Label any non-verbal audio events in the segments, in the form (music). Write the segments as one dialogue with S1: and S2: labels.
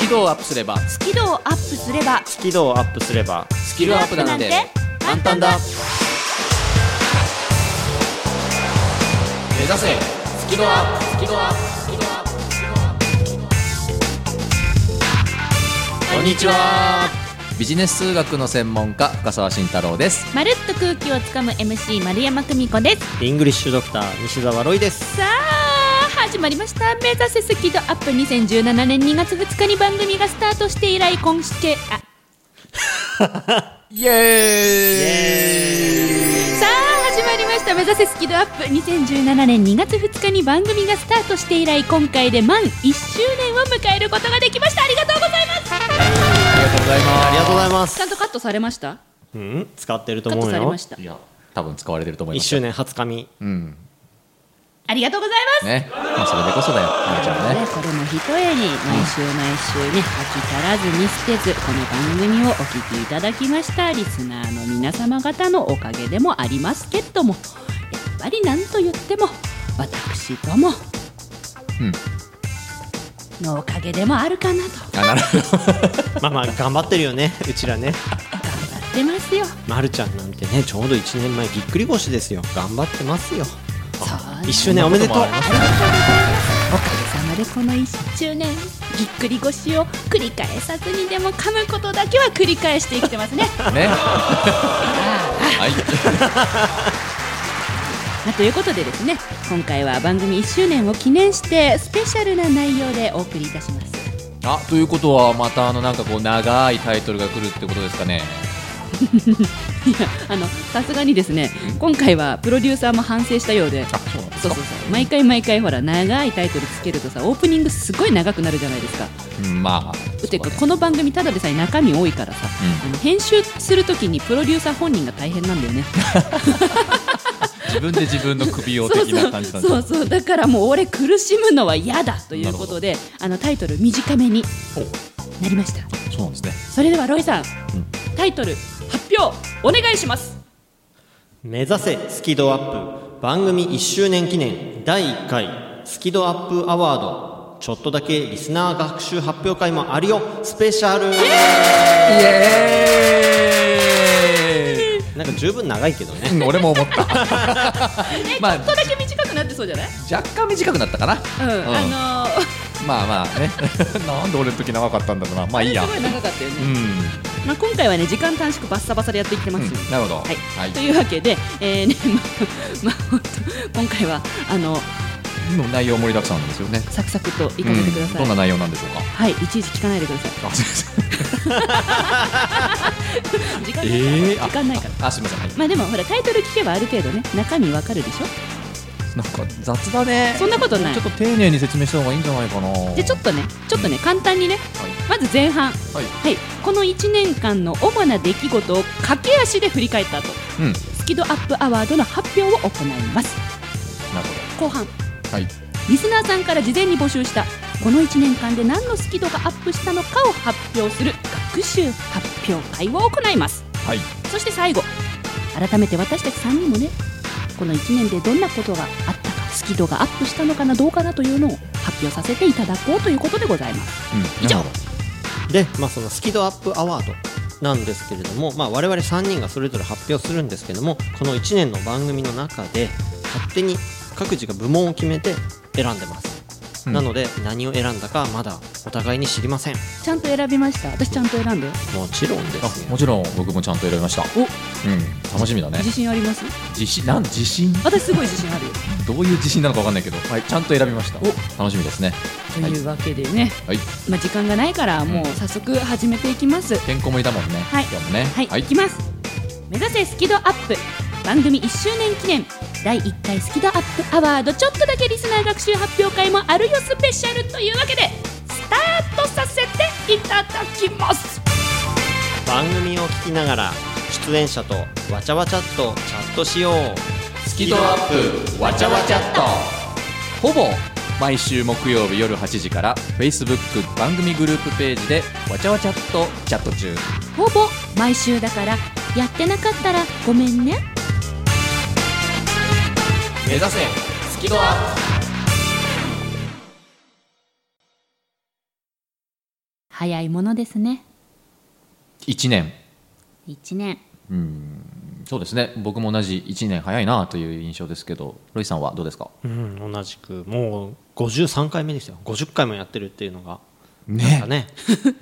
S1: キ度をアップすれば
S2: スキルをアップすれば
S3: スキルをアップすれば
S1: スキルアップなんて簡単だ目指せスキルアップスキルアップスキルアップスキルアップこんにちはビジネス数学の専門家深澤慎太郎です
S2: まるっと空気をつかむ MC 丸山久美子です
S3: イングリッシュドクター西澤ロイです
S2: さあ始まりました「目指せスキドアップ」2017年2月2日に番組がスタートして以来今してあ
S1: イエーイ
S2: さあ始まりました「目指せスキドアップ」2017年2月2日に番組がスタートして以来今回で満1周年を迎えることができましたありがとうございます
S1: ありがとうございます
S3: ありがとうございま
S2: ちゃん
S3: す
S2: とカットされました
S3: うん使ってると
S2: カッ
S3: 思
S2: ト
S3: う
S2: され
S3: よ
S2: ました
S1: いや多分使われてると思い
S3: 1
S1: ますよ
S3: 周年初紙
S1: うん
S2: ありがとうございます
S1: ねまあそれでこそだよまるちゃんはね
S2: ね、これも一重に毎週毎週ね、飽き足らずに捨てずこの番組をお聞きいただきましたリスナーの皆様方のおかげでもありますけれどもやっぱり何と言っても私ども
S1: うん
S2: のおかげでもあるかなと
S1: あなるほど
S3: まあまあ頑張ってるよねうちらね
S2: 頑張ってますよ
S3: まるちゃんなんてねちょうど1年前ぎっくり腰ですよ頑張ってますよ
S2: そう
S3: 1周年おめでとう
S1: そんなこともあります
S2: おかげさまでこの1周年ぎっくり腰を繰り返さずにでも噛むことだけは繰り返して生きて
S1: (laughs)
S2: ますね
S1: ねはい
S2: まあということでですね今回は番組1周年を記念してスペシャルな内容でお送りいたします (laughs)
S1: あということはまたあのなんかこう長いタイトルが来るってことですかね
S2: いやあのさすがにですね今回はプロデューサーも反省したようで
S1: あそうなんです
S2: そうそうそう毎回毎回ほら長いタイトルつけるとさオープニングすごい長くなるじゃないですか
S1: うんまあ
S2: ていうか
S1: そう
S2: この番組ただでさえ中身多いからさ、あの編集するときにプロデューサー本人が大変なんだよね
S1: だね自分で自分の首を
S2: そう
S1: 的な
S2: そ
S1: 感じなんです
S2: うそ
S1: ね
S2: うそうだからもう俺苦しむのは嫌だということであのタイトル短めになりました
S1: そうなんですね
S2: それではロイさん、
S1: ん
S2: タイトル発表お願いします
S3: 目指せスキドアップ番組1周年記念第1回スキドアップアワードちょっとだけリスナー学習発表会もあるよスペシャル
S1: イエ
S3: なんか十分長いけどね
S1: ーイ俺も思った
S2: え、
S1: まあ
S2: ちょっとだけ短くなってそうじゃない
S1: 若干短くなったかな
S2: う
S1: う
S2: ん、
S1: ん
S2: あ (laughs) のー、
S1: まあまあね (laughs) なんで俺の時長かったんだろうなまあいいや
S2: すごい長かったよ
S1: う
S2: ね、
S1: ん
S2: まあ、今回はね時間短縮バッサバサでやっていってますよ、
S1: うんなるほど
S2: はい
S1: はい
S2: というわけで、えーねまあ (laughs) まあ、本当今回はあの
S1: でも内容盛りだくさんなんですよね
S2: サクサクといか
S1: う
S2: せてくだ
S1: ん
S2: さい、
S1: どんな内容なんでしょうか
S2: はいいちいち聞かないでください
S1: あすいません
S2: 時間ないから、
S1: えーあ
S2: 時間ないから (laughs)
S1: あすいませんはい
S2: まあでもほらタイトル聞けばある程度ね中身わかるでしょ
S1: なんか雑だね
S2: そんなことない
S1: ちょっと丁寧に説明した方がいいんじゃないかな
S2: じゃあちょっとねちょっとね簡単にねまず前
S1: は
S2: 半
S1: い、はい、
S2: はい、この1年間の主な出来事を駆け足で振り返った後
S1: うん
S2: スキドアップアワードの発表を行います
S1: なる
S2: 後半
S1: ほどはい
S2: リスナーさんから事前に募集したこの1年間で何のスキドがアップしたのかを発表する学習発表会を行います
S1: はい
S2: そして最後改めて私たち3人もねこの1年でどんなことがあったかスキドがアップしたのかなどうかなというのを発表させていただこうということでございます
S1: うん
S2: 以上
S1: なるほ
S3: で、まあ、そのスキドアップアワードなんですけれども、まあ、我々3人がそれぞれ発表するんですけどもこの1年の番組の中で勝手に各自が部門を決めて選んでます、
S1: うん
S3: なので何を選んだかまだお互いに知りません
S2: ちゃんと選びました私ちゃんと選んだよ
S3: もちろんで
S1: ど
S3: す
S1: あも
S3: よ
S1: ちろん僕もちゃんと選びました
S2: お
S1: うん楽しみだね
S2: 自信あります
S1: 自信なん自信
S2: 私すごい自信あるよ
S1: どういう自信なのかわかんないけど、はい、ちゃんと選びました楽しみですね
S2: というわけでね、
S1: はい
S2: まあ、時間がないからもう早速始めていきますは
S1: 健康もいたもんね、
S2: はい
S1: 今日もね
S2: い、い、きます目指せスキドアップ番組1周年記念第1回スキドアップアワードちょっとだけリスナー学習発表会もあるよスペシャルというわけでスタートさせていただきます
S3: 番組を聞きながら出演者とわちゃわちゃっとチャットしよう
S1: スキドアップわちゃわちゃっとほぼ毎週木曜日夜8時から Facebook 番組グループページでわちゃわちゃっとチャット中
S2: ほぼ毎週だからやってなかったらごめんね
S1: 目指せスキドアップ
S2: 早いものですね
S1: 1年
S2: 1年
S1: うんそうですね僕も同じ1年早いなという印象ですけどロイさんはどうですか
S3: うん、同じくもう53回目ですよ50回もやってるっていうのがなん
S1: ね
S3: かね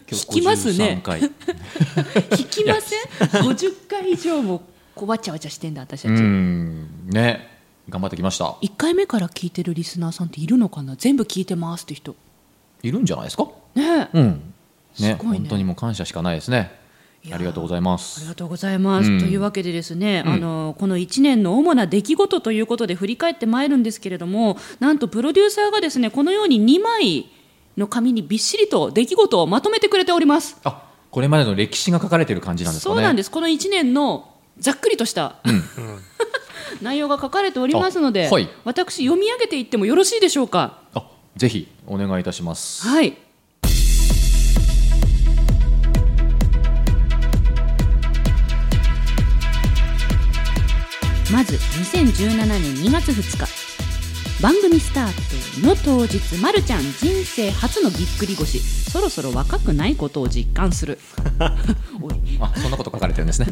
S2: 聞きますね
S1: 53回
S2: 聞きません50回以上もこうわちゃわちゃしてんだ私た
S1: う
S2: ち、
S1: んね頑張ってきました
S2: 1回目から聞いてるリスナーさんっているのかな全部聞いてますって人
S1: いるんじゃないですか
S2: ねえ
S1: うんね
S2: すごいね
S1: 本当にもう感謝しかないですね
S2: いや
S1: あ
S2: ー
S1: りがとうございま
S2: あり
S1: す
S2: がとうございます、
S1: うん
S2: というわけでですね、あのこの1年の主な出来事ということで振り返ってまいるんですけれどもなんとプロデューサーがですねこのように2枚の紙にびっしりと出来事をまとめてくれております
S1: あこれまでの歴史が書かれてる感じなんですか
S2: そ
S1: ね
S2: うなん
S1: で
S2: ですこの1年のざっくりとした、 (laughs) 内容が書かれておりますので、
S1: あはい
S2: 私読み上げていってもよろしいでしょうか
S1: すあぜひお願いいたします
S2: はいまず2017年2月2日番組スタートの当日、ま、るちゃん人生初のぎっくり腰そろそろ若くないことを実感
S1: (laughs)
S2: するおい
S1: あそんなこと書かれてるんですね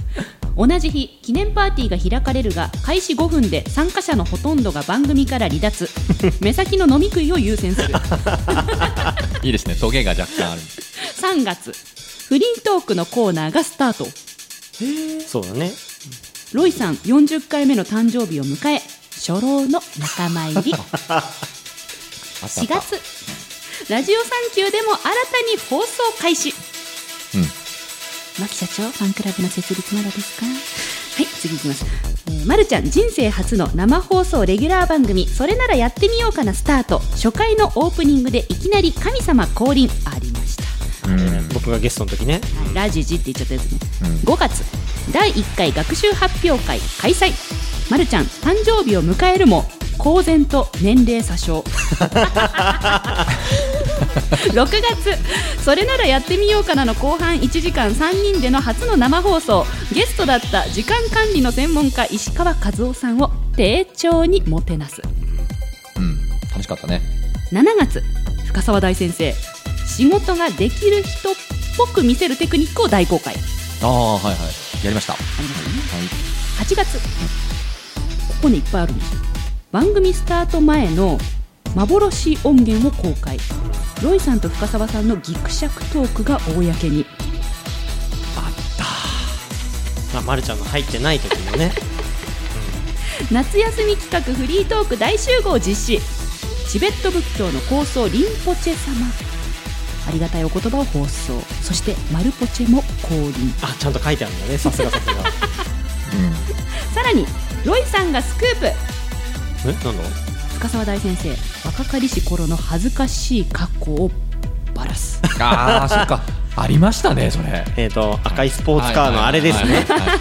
S2: 同じ日記念パーティーが開かれるが開始5分で参加者のほとんどが番組から離脱目先の飲み食いを優先する
S1: いいですねトゲが若干ある
S2: 3月不倫トークのコーナーがスタート
S3: そうだ (laughs) ね
S2: ロイさん40回目の誕生日を迎え初老の仲間入り
S1: あったあ
S2: 4
S1: った
S2: 月ラジオサンキューでも新たに放送開始
S1: うん
S2: 牧社長ファンクラブの設立まだですかはい次いきます、えーま、るちゃん人生初の生放送レギュラー番組「それならやってみようかな」スタート初回のオープニングでいきなり神様降臨ありました
S1: うん
S3: 僕がゲストの時ね
S2: はいラジジって言っちゃったやつね、
S1: うん
S2: 5月第1回学習発表会開催まるちゃん誕生日を迎えるも公然と年齢詐称 (laughs) 6月それならやってみようかなの後半1時間3人での初の生放送ゲストだった時間管理の専門家石川和夫さんを丁重にもてなす
S1: うん楽しかったね
S2: 7月深沢大先生仕事ができる人っぽく見せるテクニックを大公開
S1: ああはいはいやりましたは
S2: ありますよね
S1: い
S2: 8月ここにいっぱいあるんですよ番組スタート前の幻音源を公開ロイさんと深澤さんのギクシャクトークが公に
S3: まあ、まるちゃんが入ってない時も
S1: (laughs)
S3: ね
S2: 夏休み企画フリートーク大集合実施チベット仏教の構想リンポチェ様ありがたいお言葉を放送そしてマルポチェも降臨
S3: あちゃんと書いてあるんだねさすがさ
S1: (laughs)
S3: すが
S2: さらにロイさんがスクープ
S3: えなんだ
S2: 深澤大先生若かりし頃の恥ずかしい過去をバラす
S1: うんあ (laughs) あそっかありましたねそれ
S3: えっ、と赤いスポーツカーのあれですね
S1: はいはいはいはいあっ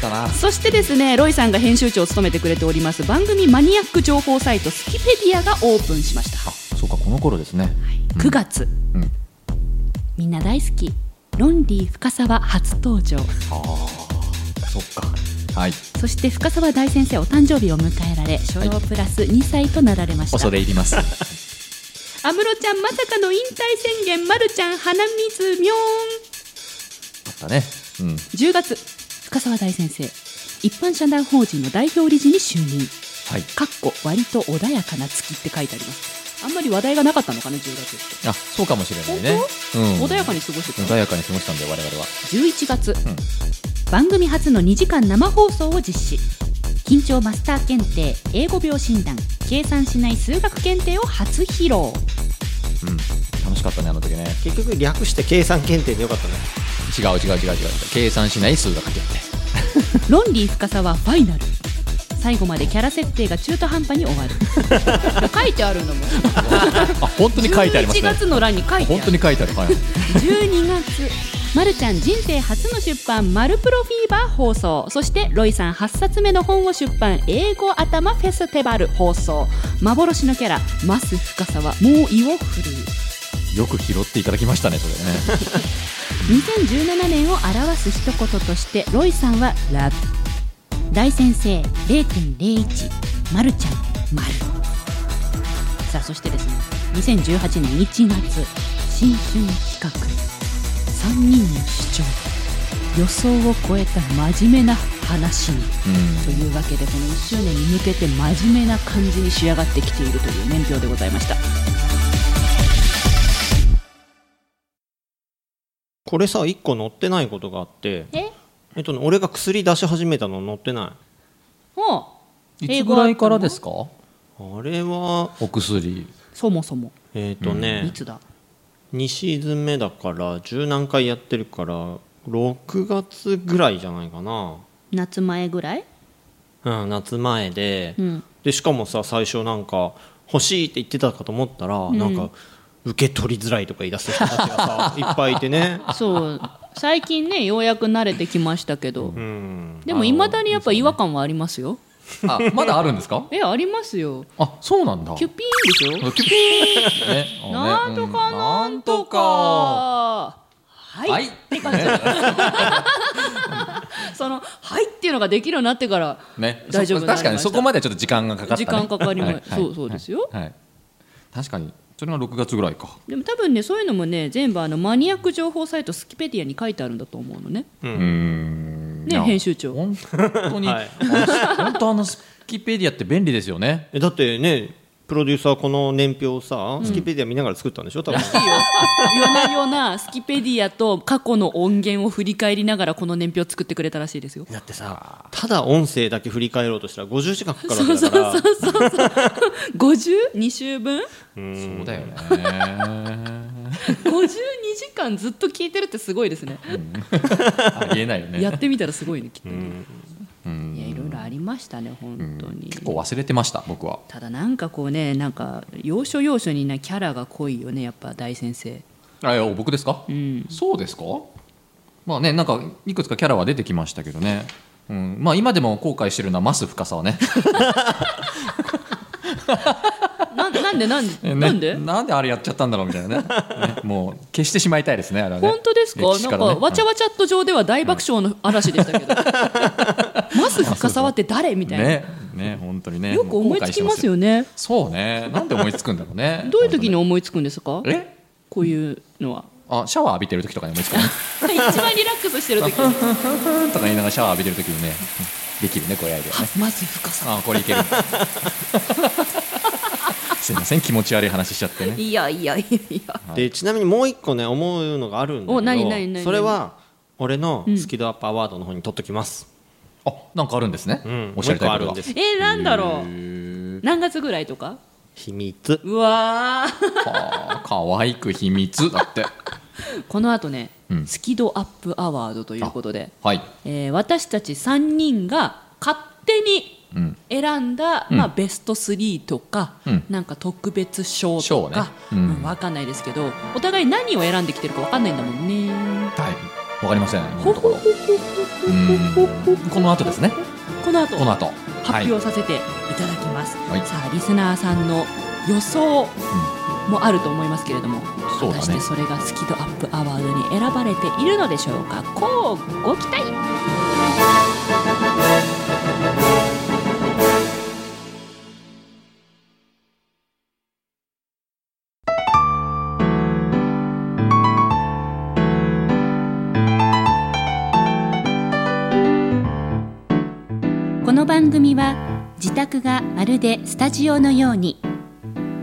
S1: たな
S2: そしてですねロイさんが編集長を務めてくれております番組マニアック情報サイトスキペディアがオープンしました、
S1: あそうかこの頃ですね
S2: 9月、
S1: うん
S2: みんな大好きロンリー深沢初登場
S1: そっかはい
S2: そして深沢大先生お誕生日を迎えられ初老プラス2歳となられました
S1: 恐れ入ります
S2: 安室ちゃんまさかの引退宣言まるちゃん鼻水みょー
S1: あったねうん
S2: ん10月深沢大先生一般社団法人の代表理事に就任
S1: はい
S2: かっこ割と穏やかな月って書いてありますあんまり話題がなかったのかな10月って
S1: あそうかもしれないね
S2: 本
S1: うん
S2: 穏やかに過ごして
S1: 穏
S2: た
S1: やかに過ごしたんで我々は
S2: 11月、番組初の2時間生放送を実施緊張マスター検定英語病診断計算しない数学検定を初披露
S1: うん楽しかったねあの時ね
S3: 結局略して計算検定でよかったね
S1: 違う違う違う違う計算しない数学って
S2: ロンリー深沢ファイナル最後までキャラ設定が中途半端に終わる
S1: (laughs)
S2: 書いてあるのも
S1: あ本当に書いてあります
S2: 11
S1: ね
S2: 月の欄に書いてある
S1: 本当に書いてあるはい
S2: 12月まるちゃん人生初の出版「まるプロフィーバー」放送そしてロイさん8冊目の本を出版「英語頭フェスティバル」放送幻のキャラマス深さは猛威を振るう
S1: よく拾っていただきましたねそれね
S2: 2017年を表す一言としてロイさんは「ラブ」大先生0.01まるちゃん丸さあそしてですね2018年1月新春企画3人の主張予想を超えた真面目な話にというわけでこの1周年に向けて真面目な感じに仕上がってきているという年表でございました
S3: これさ1個載ってないことがあって
S2: え
S3: えっとね俺が薬出し始めたの載ってな
S2: ほう
S1: いつぐらいからですか
S3: いあれは
S1: お薬
S2: そもそも
S3: えっ、と
S2: い
S3: ね、
S2: つだ
S3: 2シーズン目だから十何回やってるから6月ぐらいじゃないかな
S2: 夏前ぐらい
S3: うん夏前で、
S2: うん
S3: でしかもさ最初なんか欲しいって言ってたかと思ったら、なんか受け取りづらいとか言い出す人たちが (laughs) さいっぱいいてね
S2: (laughs) そう最近ねようやく慣れてきましたけど
S3: うん
S2: でもいまだにやっぱ違和感はありますよ
S1: あまだあるんですか
S2: えありますよ
S1: あそうなんだ
S2: キュピーンでしょ
S1: キュピーンねあのね
S2: なんとか
S1: う
S2: なんとか
S1: な
S2: はい、
S1: はいって感じ
S2: その「はい」っていうのができるようになってから
S1: ね、
S2: 大丈夫
S1: そ確かにそこ
S2: ま
S1: まではちょっと時間がかかった、ね、
S2: 時間かかりま
S1: はいはい
S2: そうそうですよ
S1: はいはい確かにそれが6月ぐらいか
S2: ででも多分ねそういうのもね全部あのマニアック情報サイトスキペディアに書いてあるんだと思うのね
S1: うーん
S2: ね
S1: いや
S2: 編集
S1: (laughs)
S2: 長
S1: 本当に、
S3: はい
S1: あの本当あ (laughs) のスキペディアって便利ですよね
S3: えだってねプロデューサーこの年表をさ、スキペディア見ながら作ったんでしょ多分
S2: 夜な夜なスキペディアと過去の音源を振り返りながらこの年表を作ってくれたらしいですよ
S3: だってさただ音声だけ振り返ろうとしたら50時間かかるわけだから
S2: 52週分
S1: そうだよね
S2: 52時間ずっと聞いてるってすごいですね
S1: ありえないよね
S2: やってみたらすごいねきっとねいやいろいろありましたね本当に
S1: 結構忘れてました僕は
S2: ただなんかこうねなんか要所要所になキャラが濃いよねやっぱ大先生
S1: あいや僕ですか、
S2: うん
S1: そうですかまあねなんかいくつかキャラは出てきましたけどね、うん、まあ今でも後悔してるのはマス深さはね
S2: ななんで (laughs) なんで、
S1: ね
S2: なんで
S1: なんであれやっちゃったんだろうみたい
S2: (laughs)
S1: なねねもう消してしまいたいですねあれはね
S2: 本当ですか
S1: 歴史
S2: なん
S1: らね
S2: かわちゃわちゃっと上では大爆笑の嵐でしたけ (laughs) どまず深沢って誰みたいな、
S1: ねね本当にね
S2: よく思いつきますよ
S1: ね
S2: ね
S1: そうねなんで思いつくんだろうね
S2: どういう時に思いつくんですか
S1: え
S2: こういうのは
S1: あシャワー浴びてる時とかに思いつくね
S2: (laughs) 一番リラックスしてる時
S1: うんとか言いながらシャワー浴びてる時にねうんできるねこういうアイデア
S2: (laughs)
S1: ね
S2: まず深沢
S1: あこれいける
S2: (laughs)
S1: すいません気持ち悪い話しちゃってね
S2: いやいやいやいや
S3: でちなみにもう一個ね思うのがあるんだ
S2: お
S3: け
S2: 何何
S3: ど
S2: 何
S3: それは俺のスキドアップアワードの方に取っときます、
S1: あなんかあるんですね、
S3: うん、
S1: おっしゃりたいこと
S3: も
S1: が
S3: う一個あるんです
S2: えー、なんだろ
S1: へ
S2: う
S1: ー
S2: 何月ぐらいとか
S3: 秘密
S2: うわー
S1: はあ可愛く秘密だって
S2: この後ね、
S1: うん
S2: スキドアップアワードということで、
S1: はい
S2: えー私たち3人が勝手に
S1: うん
S2: 選んだ、
S1: うん
S2: まあ、ベスト3とか、
S1: うん
S2: なんか特別賞と
S1: 賞ね
S2: か、
S1: うん
S2: うんわかんないですけどお互い何を選んできてるかわかんないんだもんね
S1: はいわかりません今
S2: ほ
S1: のとこ
S2: ほ
S1: ろ
S2: ほほほほほ
S1: うんこの後ですね
S2: この後
S1: この後
S2: 発表させていただきます、
S1: はい
S2: さあリスナーさんの予想もあると思いますけれども、
S1: そう
S2: 果
S1: だね
S2: たしてそれがスキドアップアワードに選ばれているのでしょうかこうご期待この番組は自宅がまるでスタジオのように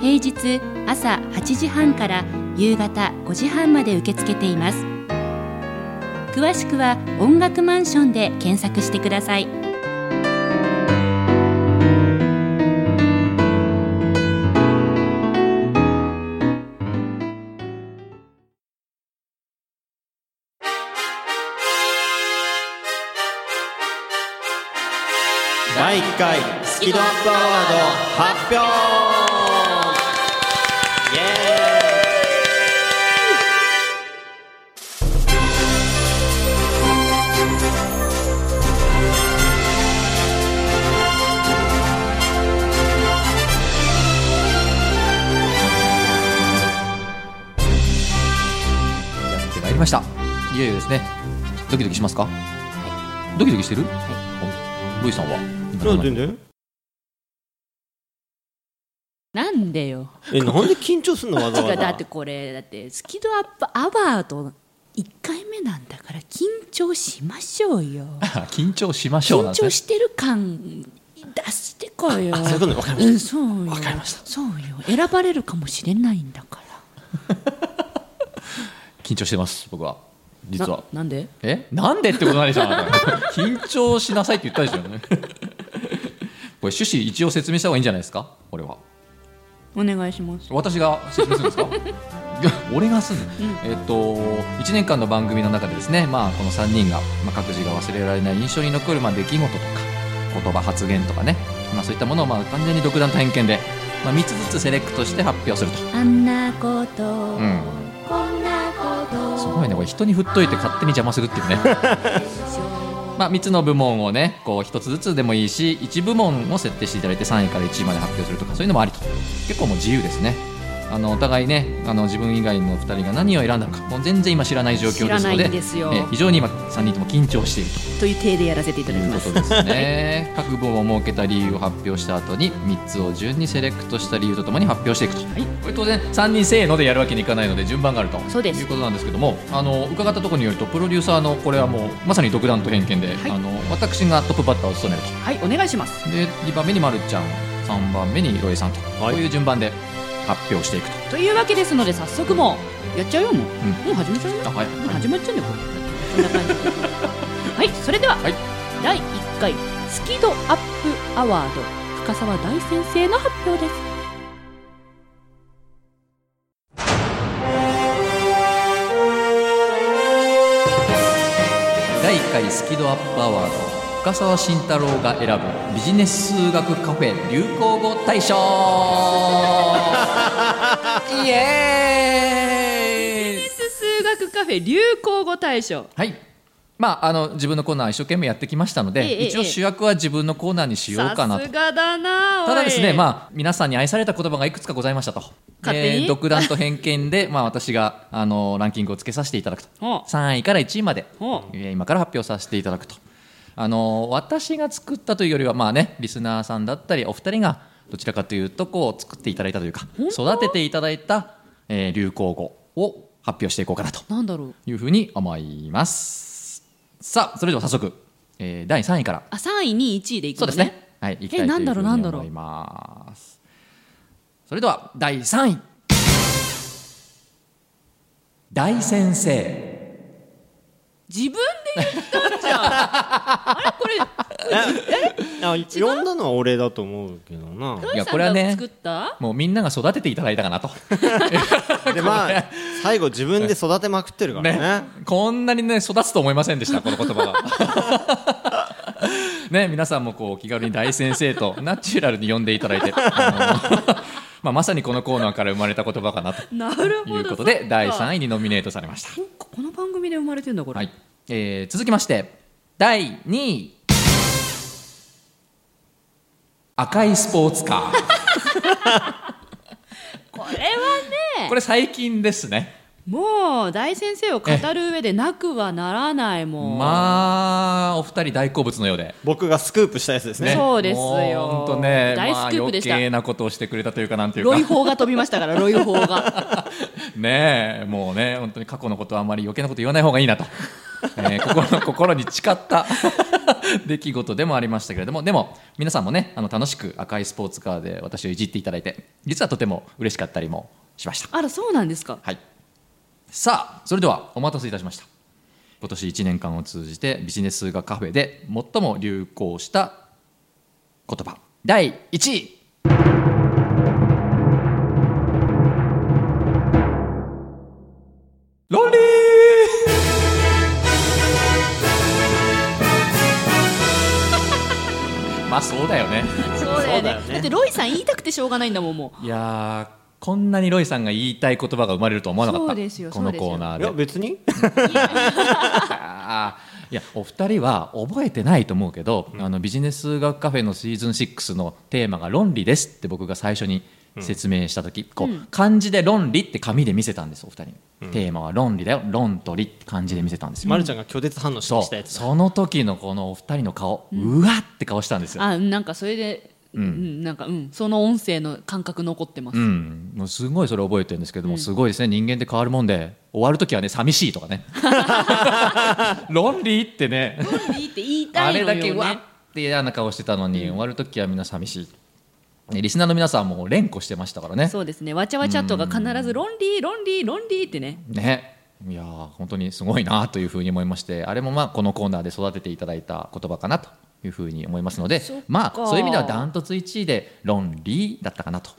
S2: 平日朝8時半から夕方5時半まで受け付けています詳しくは音楽マンションで検索してください
S3: 第1回スキドアップアワード発表イエーイ
S1: まいりましたいよいよですねドキドキしますかドキドキしてるお V さんは今どんな
S3: 然
S2: なんでよ
S3: えなんで緊張すんのわざ
S2: 違
S3: (laughs) わ
S2: うだっ
S3: ざ
S2: てこれだってスキドアップアワード1回目なんだから緊張しましょうよ
S1: (laughs) 緊張しましょうな
S2: 緊
S1: んて
S2: 張してる感出してこいよ
S3: あそういうことねわかりま
S2: うんそうよ
S3: わかりました
S2: そうよ選ばれるかもしれないんだから
S1: 緊張してます僕は実は
S2: ななんで
S1: えなんでってことないでしょあ
S2: (laughs)
S1: なた緊張しなさいって言ったでしょうね (laughs) これ趣旨一応説明した方がいいんじゃないですかこれは
S2: お願いします
S1: 私が説明するんですかいや俺がすんの、えっと1年間の番組の中でですね、まあ、この3人が、まあ、各自が忘れられない印象に残る、まあ、出来事とか言葉発言とかね、まあ、そういったものを、まあ、完全に独断と偏見で、まあ、3つずつセレクトして発表すると、
S2: あんなこと、
S1: うん、
S2: こんなこと
S1: すごいねこれ人に振っといて勝手に邪魔するって
S2: (laughs)
S1: いうねまあ3つの部門をねこう1つずつでもいいし1部門を設定していただいて3位から1位まで発表するとかそういうのもありと結構もう自由ですねあのお互いねあの自分以外の2人が何を選んだのかもう全然今知らない状況ですの
S2: 知らな
S1: で
S2: いんですよ
S1: え非常に今3人とも緊張していると
S2: という体でやらせていただき
S1: いう
S2: ま
S1: こ
S2: す
S1: とですね各部門を設けた理由を発表した後に3つを順にセレクトした理由とともに発表していくと、これ当然3人せーのでやるわけにいかないので順番があると
S2: そうです
S1: いうことなんですけどもあの伺ったところによるとプロデューサーのこれはもうまさに独断と偏見で、
S2: はい
S1: あの私がトップバッターを務めると
S2: はいお願いします
S1: で2番目にまるちゃん3番目にいろえさんと、
S3: はい
S1: こういう順番で発表していくと
S2: というわけですので早速もうやっちゃうよもう、
S1: ん
S2: もう始めちゃうよ
S1: あはい
S2: もう始まっちゃうんだよこれこんな
S1: (laughs)
S2: 感じはいそれでは、
S1: はい
S2: 第1回スキドアップアワード深沢大先生の発表です
S1: 第1回スキドアップアワード深澤慎太郎が選ぶビジネス数学カフェ流行語大賞イエーイ
S2: 数学カフェ流行語大賞
S1: はいまああの自分のコーナー一生懸命やってきましたので、
S2: ええ
S1: 一応
S2: ええ
S1: 主役は自分のコーナーにしようかなと
S2: がだな
S1: ただですね、
S2: あ
S1: まあ、皆さんに愛された言葉がいくつかございましたと。
S2: 勝手に
S1: えー独断と偏見で、まあ、私が、あの、ランキングをつけさせていただくと。
S2: ほう
S1: 3位から1位まで、え
S2: ほう
S1: ー今から発表させていただくと。あの、私が作ったというよりは、まあね、リスナーさんだったり、お二人が、どちらかというと、こう、作っていただいたというか、育てていただいた、えー流行語を発表していこうかなと
S2: なんだろう
S1: いうふうに思います。さあ、それでは早速、えー第3位から
S2: あ3位2位1位でいく
S1: そ
S2: の
S1: うですね。はい、行きたいというふうに思います。それでは第3位。大先生。
S2: 自分で言ったんじゃんあれこれ
S3: あ呼んだのは俺だと思うけどな
S1: や
S2: どうさ
S1: これは
S2: ん
S1: ね
S2: が作った
S1: もうみんなが育てていただいたかなと。
S3: でまあ最後自分で育てまくってるから (laughs) ね
S1: ね、こんなにね、育つと思いませんでした、この言葉が。 (laughs) ね、皆さんもこうお気軽に大先生とナチュラルに呼んでいただいて、あの (laughs) まあ、まさにこのコーナーから生まれた言葉かなと
S2: なるほ
S1: い
S2: ど
S1: うことで、第
S2: 位
S1: 3位にノミネートされました。
S2: この番組で生まれてんだこれ、
S1: はい、えー続きまして第2位赤いスポーツカー
S2: これはね
S1: これ最近ですね
S2: もう大先生を語る上でなくはならないもん、
S1: まあお二人大好物のようで、
S3: 僕がスクープしたやつですね
S2: そうですよ
S1: 本当ね
S2: 大スクープでした
S1: まあ、余計なことをしてくれたというかなんていう
S2: ロイ
S1: か
S2: 法が飛びましたからロイ法が
S1: ねえもうね本当に過去のことはあまり余計なこと言わない方がいいな
S2: (laughs)
S1: と、えー心心に誓った (laughs) 出来事でもありましたけれどもでも皆さんもねあの楽しく赤いスポーツカーで私をいじっていただいて実はとても嬉しかったりもしました
S2: あらそうなんですか
S1: はい、さあそれではお待たせいたしました今年1年間を通じてビジネスがカフェで最も流行した言葉第1位ロンリー (laughs) まあそうだよね
S2: そうだよねだ
S3: だよね
S2: ってロイさん言いたくてしょうがないんだもんも
S1: いやーこんなにロイさんが言いたい言葉が生まれるとは思わなかった
S2: そうですよ
S1: この
S2: そうですよ
S1: コーナー
S3: い
S1: で
S3: や別に
S1: あーいやお二人は覚えてないと思うけど、あのビジネス学カフェのシーズン6のテーマが「論理です」って僕が最初に説明した時、こ
S2: うん
S1: う漢字で論理って紙で見せたんですお二人に、
S4: うん
S1: テーマは論理だよ論と理って漢字で見せたんですよ、
S3: まるちゃんが拒絶反応し
S1: そう
S3: たやつだ
S1: その時のこのお二人の顔、うわって顔したんですよ、
S2: あなんかそれで、う
S1: うんん
S2: なんか、うん、その音声の感覚残ってます、
S1: うん、もうすごいそれ覚えてるんですけども、
S2: うん
S1: すごいですね人間って変わるもんで終わる時はね寂しいとかね (laughs) 論理ってね
S2: いいって言いた
S1: あ
S2: い
S1: れ
S2: のよ、
S1: だ
S2: ね、
S1: けうわって嫌な顔してたのに、終わる時はみんな寂しいねリスナーの皆さんはもう連呼してましたからね
S2: そうですねわちゃわちゃとが必ず論理論理論理ってね
S1: ねいやー本当にすごいなというふうに思いましてあれもまあこのコーナーで育てていただいた言葉かなというふうに思いますので
S2: そっか
S1: まあそういう意味ではダントツ1位で論理だったかなと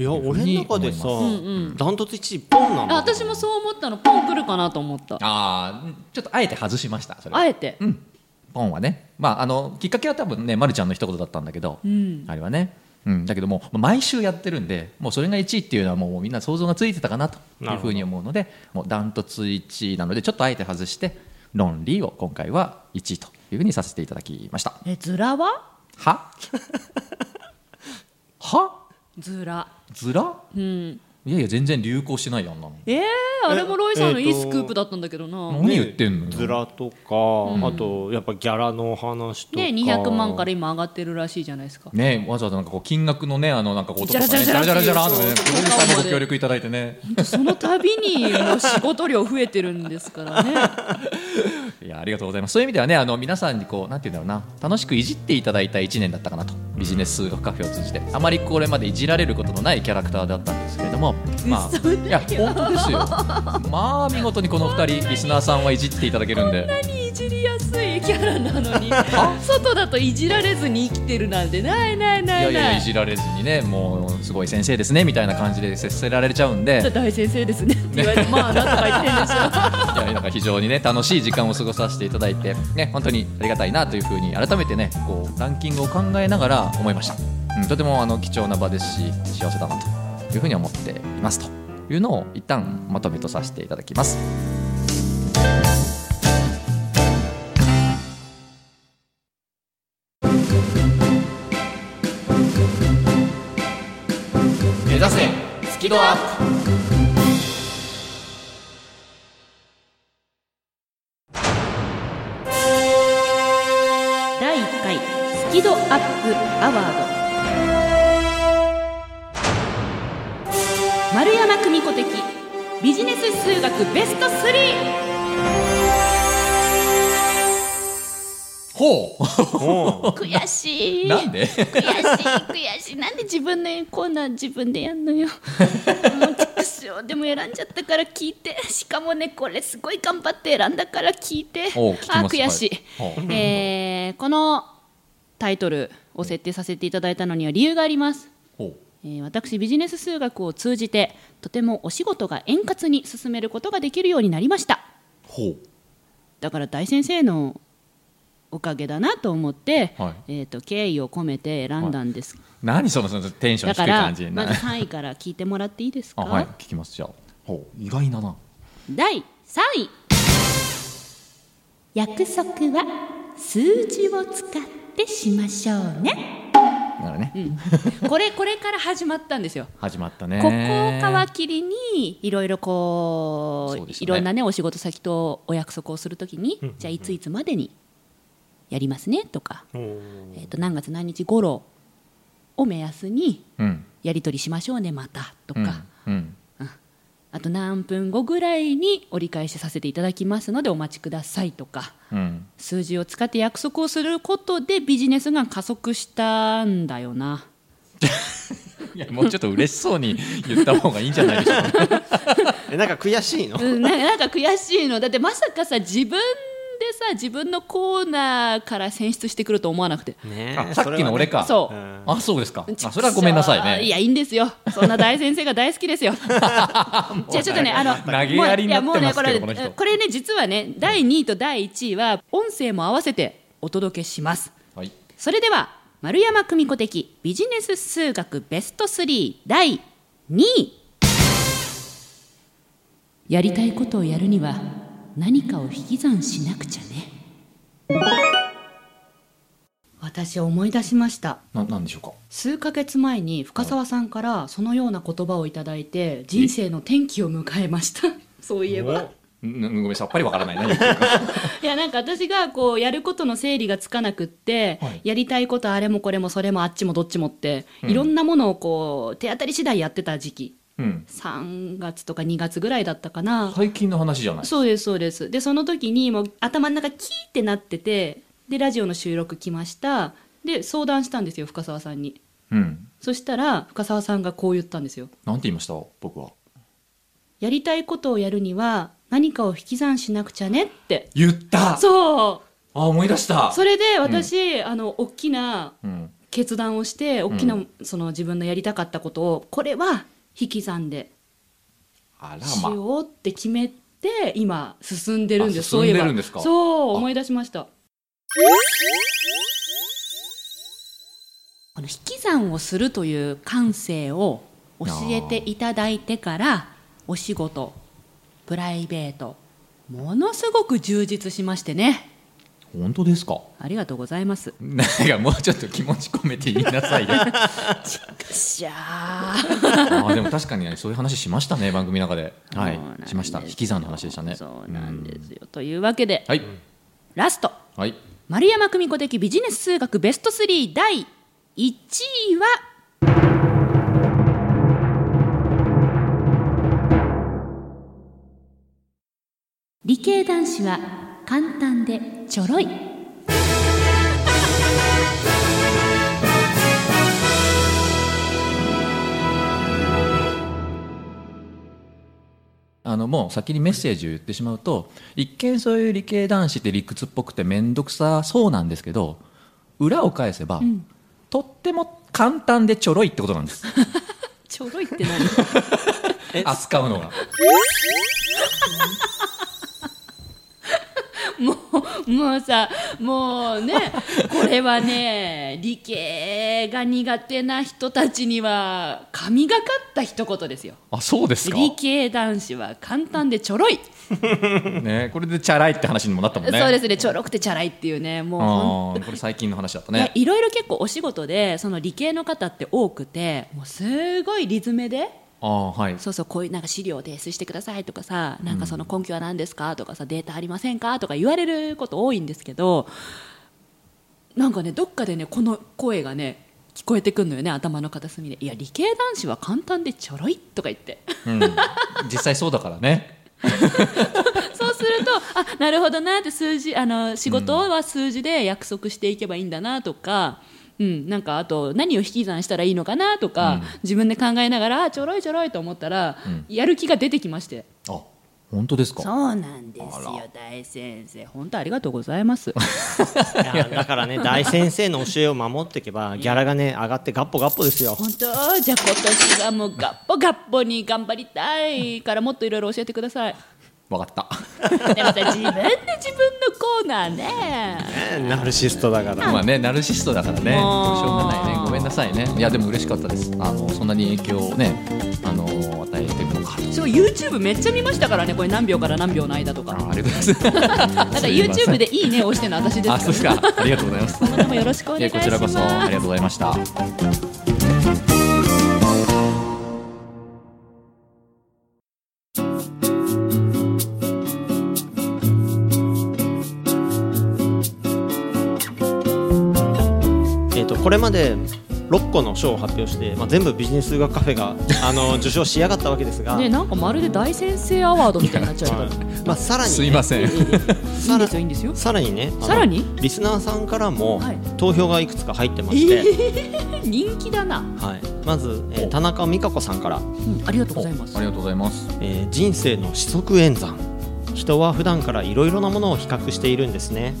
S3: いや俺の中でさ
S2: うんうん
S3: ダントツ1位ポンな
S2: あ
S3: の
S2: 私もそう思ったのポン来るかなと思ったあ
S1: ああちょっとあえて外しましたそれは
S2: えて、
S1: うんポンはねまああのきっかけは多分ねまるちゃんの一言だったんだけど、
S2: うん
S1: あれはね、うん、だけどもう毎週やってるんでもうそれが1位っていうのはもうみんな想像がついてたかなとい
S3: な
S1: う
S3: るほど
S1: ふうに思うのでもうダントツ1位なのでちょっとあえて外して論理を今回は1位というふうにさせていただきました
S2: えズラは
S1: は
S3: (laughs)
S1: は
S2: ズラ
S1: ずら
S2: うん
S1: いやいや全然流行してないやんなの
S2: えー、あれもロイさんのい
S3: え
S2: い
S3: っと
S2: スクープだったんだけどな、
S1: 何言ってんのよ
S3: ねズラとかあとやっぱギャラの話とか
S2: ね200万から今上がってるらしいじゃないで
S1: (laughs)
S2: すか
S1: ねわざわざなんかこう金額のねあのなんかこうとかね
S2: じ
S1: じ
S2: ゃ
S1: ゃら
S2: らじ
S1: じ
S2: ゃ
S1: ゃ
S2: ら
S1: ら
S2: じ
S1: じ
S2: ゃら
S1: ゃらとかね
S2: そ
S1: プ
S2: う
S1: ロデューサーもご協力いただいてね
S2: その度にもう仕事量増えてるんですからね
S1: いやありがとうございますそういう意味ではねあの皆さんにこうなんて言うんだろうな楽しくいじっていただいた1年だったかなとビジネス数学カフェを通じてあまりこれまでいじられることのないキャラクターだったんですけれどもま
S2: 嘘だ
S1: あいや本当ですよまあ見事にこの2人リスナーさんはいじっていただけるんで
S2: 何いじりやすいキャラなの
S1: (laughs)
S2: に外だといじられずに生きてるなんてないない
S1: い
S2: な
S1: や
S2: い
S1: いや
S2: ない
S1: いじられずにねもうすごい先生ですねみたいな感じで接せられちゃうんで
S2: 大先生です
S1: (laughs)
S2: ねって言われて、まああなたが言ってるんでしょ
S1: いやなんか非常にね楽しい時間を過ごさせていただいてね本当にありがたいなというふうに改めてねこうランキングを考えながら思いました、うん、とてもあの貴重な場ですし幸せだなというふうに思っていますというのを一旦まとめとさせていただきます目指せスキドアップ
S2: (laughs) 第1回スキドアップアワード丸山久美子的ビジネス数学ベスト 3!
S1: ほう
S3: うん
S2: 悔しい
S1: なんで
S2: 悔しい悔しいなんで自分のコーナー自分でやんのよもうちくしょうでも選んじゃったから聞いてしかもねこれすごい頑張って選んだから聞いて
S1: おう聞き
S2: あ
S1: ます
S2: 悔しい、
S1: はいほう
S2: えーこのタイトルを設定させていただいたのには理由があります
S1: ほう
S2: えー私ビジネス数学を通じてとてもお仕事が円滑に進めることができるようになりました
S1: ほう
S2: だから大先生のおかげだなと思って、
S1: は
S2: えー、と敬意を込めて選んだんです、
S1: 何そのそのテンション
S2: だ
S1: 低
S2: か
S1: い
S2: ら
S1: 感じ
S2: まず3位から聞いてもらっていいですか、
S1: あはい聞きますじゃあほう意外だな
S2: 第3位約束は数字を使ってしましょうね
S1: だからね、
S2: これこれから始まったんですよ
S1: 始まったね
S2: ここを皮切りにいろいろこう
S1: そうですね
S2: いろんなねお仕事先とお約束をするときに、じゃあいついつまでにやりますねとか、えー、と何月何日頃を目安に
S1: うん
S2: やり取りしましょうねまたとか、
S1: うんうん
S2: あと何分後ぐらいに折り返しさせていただきますのでお待ちくださいとか
S1: うん
S2: 数字を使って約束をすることでビジネスが加速したんだよな。
S1: いやもうちょっと嬉しそうに言った方がいいんじゃないでしょうか
S3: えなんか悔しいの
S2: うん、な (laughs) なんか悔しいのだってまさかさ自分でさ自分のコーナーから選出してくると思わなくて (laughs)
S3: ね
S1: あさっきの俺か
S2: そうう、
S3: ん
S1: あそうですかあそれはごめんなさいね
S2: いやいいんですよそんな大先生が大好きで
S1: (laughs)
S2: すよじゃあちょっとねあの
S1: 投げやりになってますけど
S2: もういやもうねこれ
S1: この人
S2: これね実はね第2位と第1位は音声も合わせてお届けします
S1: はい
S2: それでは丸山久美子的ビジネス数学ベスト3第2位やりたいことをやるには何かを引き算しなくちゃね私思い出しました
S1: ななんでしょうか
S2: 数ヶ月前に深澤さんからそのような言葉をいただいて人生の転機を迎えましたそういえば
S1: おんごめんさっぱりわからない何言ってるか (laughs)
S2: いやなんか私がこうやることの整理がつかなくって、
S1: はい
S2: やりたいことあれもこれもそれもあっちもどっちもって、
S1: うん
S2: いろんなものをこう手当たり次第やってた時期
S1: うん
S2: 3月とか2月ぐらいだったかな、
S1: 最近の話じゃない
S2: そうですそうですでその時にもう頭の中キーってなっててでラジオの収録来ましたで相談したんですよ深澤さんに
S1: うん
S2: そしたら深澤さんがこう言ったんですよ
S1: なんて言いました僕は
S2: やりたいことをやるには何かを引き算しなくちゃねって
S1: 言った
S2: そう
S1: あ思い出した
S2: それで私、あの大きな
S1: うん
S2: 決断をして大きな、
S1: う
S2: その自分のやりたかったことをこれは引き算で
S1: あら
S2: し
S1: ま
S2: ようって決めて今進んでるんです
S1: あ
S2: そういえば
S1: 進んでるんですか
S2: そ
S1: あ
S2: う思い出しましたこの引き算をするという感性を教えていただいてからお仕事プライベートものすごく充実しましてね
S1: 本当ですか
S2: ありがとうございます
S1: なんかもうちょっと気持ち込めて言いなさ (laughs) いよあ
S2: しゃー
S1: ーでも確かにそういう話しましたね番組の中では
S2: そうなんです
S1: い
S2: よ
S1: しました引き算の話でしたね
S2: そうなんで
S1: うん
S2: すよというわけで、
S1: はい
S2: ラスト
S1: はい
S2: 丸山久美子的ビジネス数学ベスト3第1位は理系男子は簡単でちょろい
S1: あのもう先にメッセージを言ってしまうと一見そういう理系男子って理屈っぽくて面倒くさそうなんですけど裏を返せば、とっても簡単でちょろいってことなんです
S2: ちょろいって何
S3: え
S1: 扱うのが
S2: もうもうさもうねこれはね理系が苦手な人たちには神がかった一言ですよ
S1: あそうですか、
S2: 理系男子は簡単でちょろい、
S1: ね、これでチャラいって話にもなったもんね
S2: そうですすねちょろくてチャラいっていうねもうほん
S1: あーこれ最近の話だった
S2: ね
S1: ね、
S2: いろいろ結構お仕事でその理系の方って多くてもうすごいリズムで
S1: ああーはい
S2: そうそうこういうなんか資料を提出してくださいとかさなんかその根拠は何ですかとかさデータありませんかとか言われること多いんですけどなんかねどっかでねこの声がね聞こえてくるのよね頭の片隅でいや理系男子は簡単でちょろいとか言って。 (laughs)
S1: うん、 (laughs) 実際そうだからね
S2: そうすると、あなるほどなって数字あの仕事は数字で約束していけばいいんだなとか、うんなんかあと何を引き算したらいいのかなとか、自分で考えながらあちょろいちょろいと思ったら、
S1: ん
S2: やる気が出てきまして。
S1: あ本当ですか
S2: そうなんです
S1: よあら
S2: 大先生本当ありがとうございます (laughs)
S3: いやだからね大先生の教えを守っていけばギャラがね上がってガッポガッ
S2: (laughs)
S3: ポですよ
S2: 本当じゃあ今年はもうガッポガッポに頑張りたいからもっといろいろ教えてください
S1: わかった (laughs)
S2: (laughs) でもさ自分で自分のコーナーね
S3: ナルシストだから
S1: まあね、ナルシストだからね、し
S2: もう
S1: ょうがないね、ごめんなさいね。いや、でも嬉しかったです。あの、そんなに影響をね、あの、与えていくのか。
S2: そう YouTube めっちゃ見ましたからねこれ何秒から何秒の間とか
S1: あありがとうござい
S2: (laughs)
S1: ます。
S2: ただ YouTube でいいねを押してるの私です
S1: あ、そうですか。ありがとうございます。
S2: 今後ともよろしくお
S1: い
S2: 願い
S1: や、
S2: し
S1: こ
S2: ます
S1: ちらこそ、ありがとうございました。
S3: えー、とこれまで6個の賞を発表して、まあ、全部ビジネス数学カフェが
S2: (laughs)
S3: あの受賞しやがったわけですが、
S2: ねなんかまるで大先生アワードみたいに (laughs) なっちゃうけど
S3: はいまあ、さらに
S1: す
S3: ね、
S1: いません。
S2: いいんですよいいんですよ
S3: さらにねあの
S2: さらに
S3: リスナーさんからも
S2: はい
S3: 投票がいくつか入ってま
S2: え
S3: して、
S2: ー、 (laughs) 人気だな、うん
S3: はい、まず、えー田中美香子さんから、
S2: ありがとうございます
S1: ありがとうございます。
S3: えー人生の四則演算人は普段からいろいろなものを比較しているんですね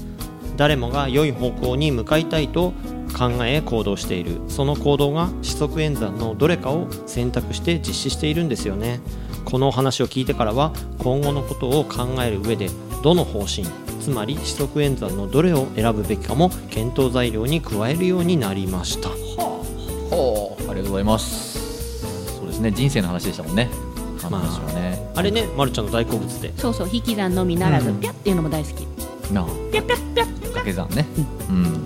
S3: 誰もが良い方向に向かいたいと考え行動しているその行動が四則演算のどれかを選択して実施しているんですよねこのお話を聞いてからは今後のことを考える上でどの方針つまり四則演算のどれを選ぶべきかも検討材料に加えるようになりました
S1: ほう、ありがとうございます。そうですね、人生の話でしたもんね。あの話はね。
S3: あれね、ま、るちゃんの大好物で
S2: そうそう引き算のみならず、ぴゃピャッっていうのも大好き
S1: なあ、
S2: ピャッピャッピャッ
S1: 掛け算ね。うん。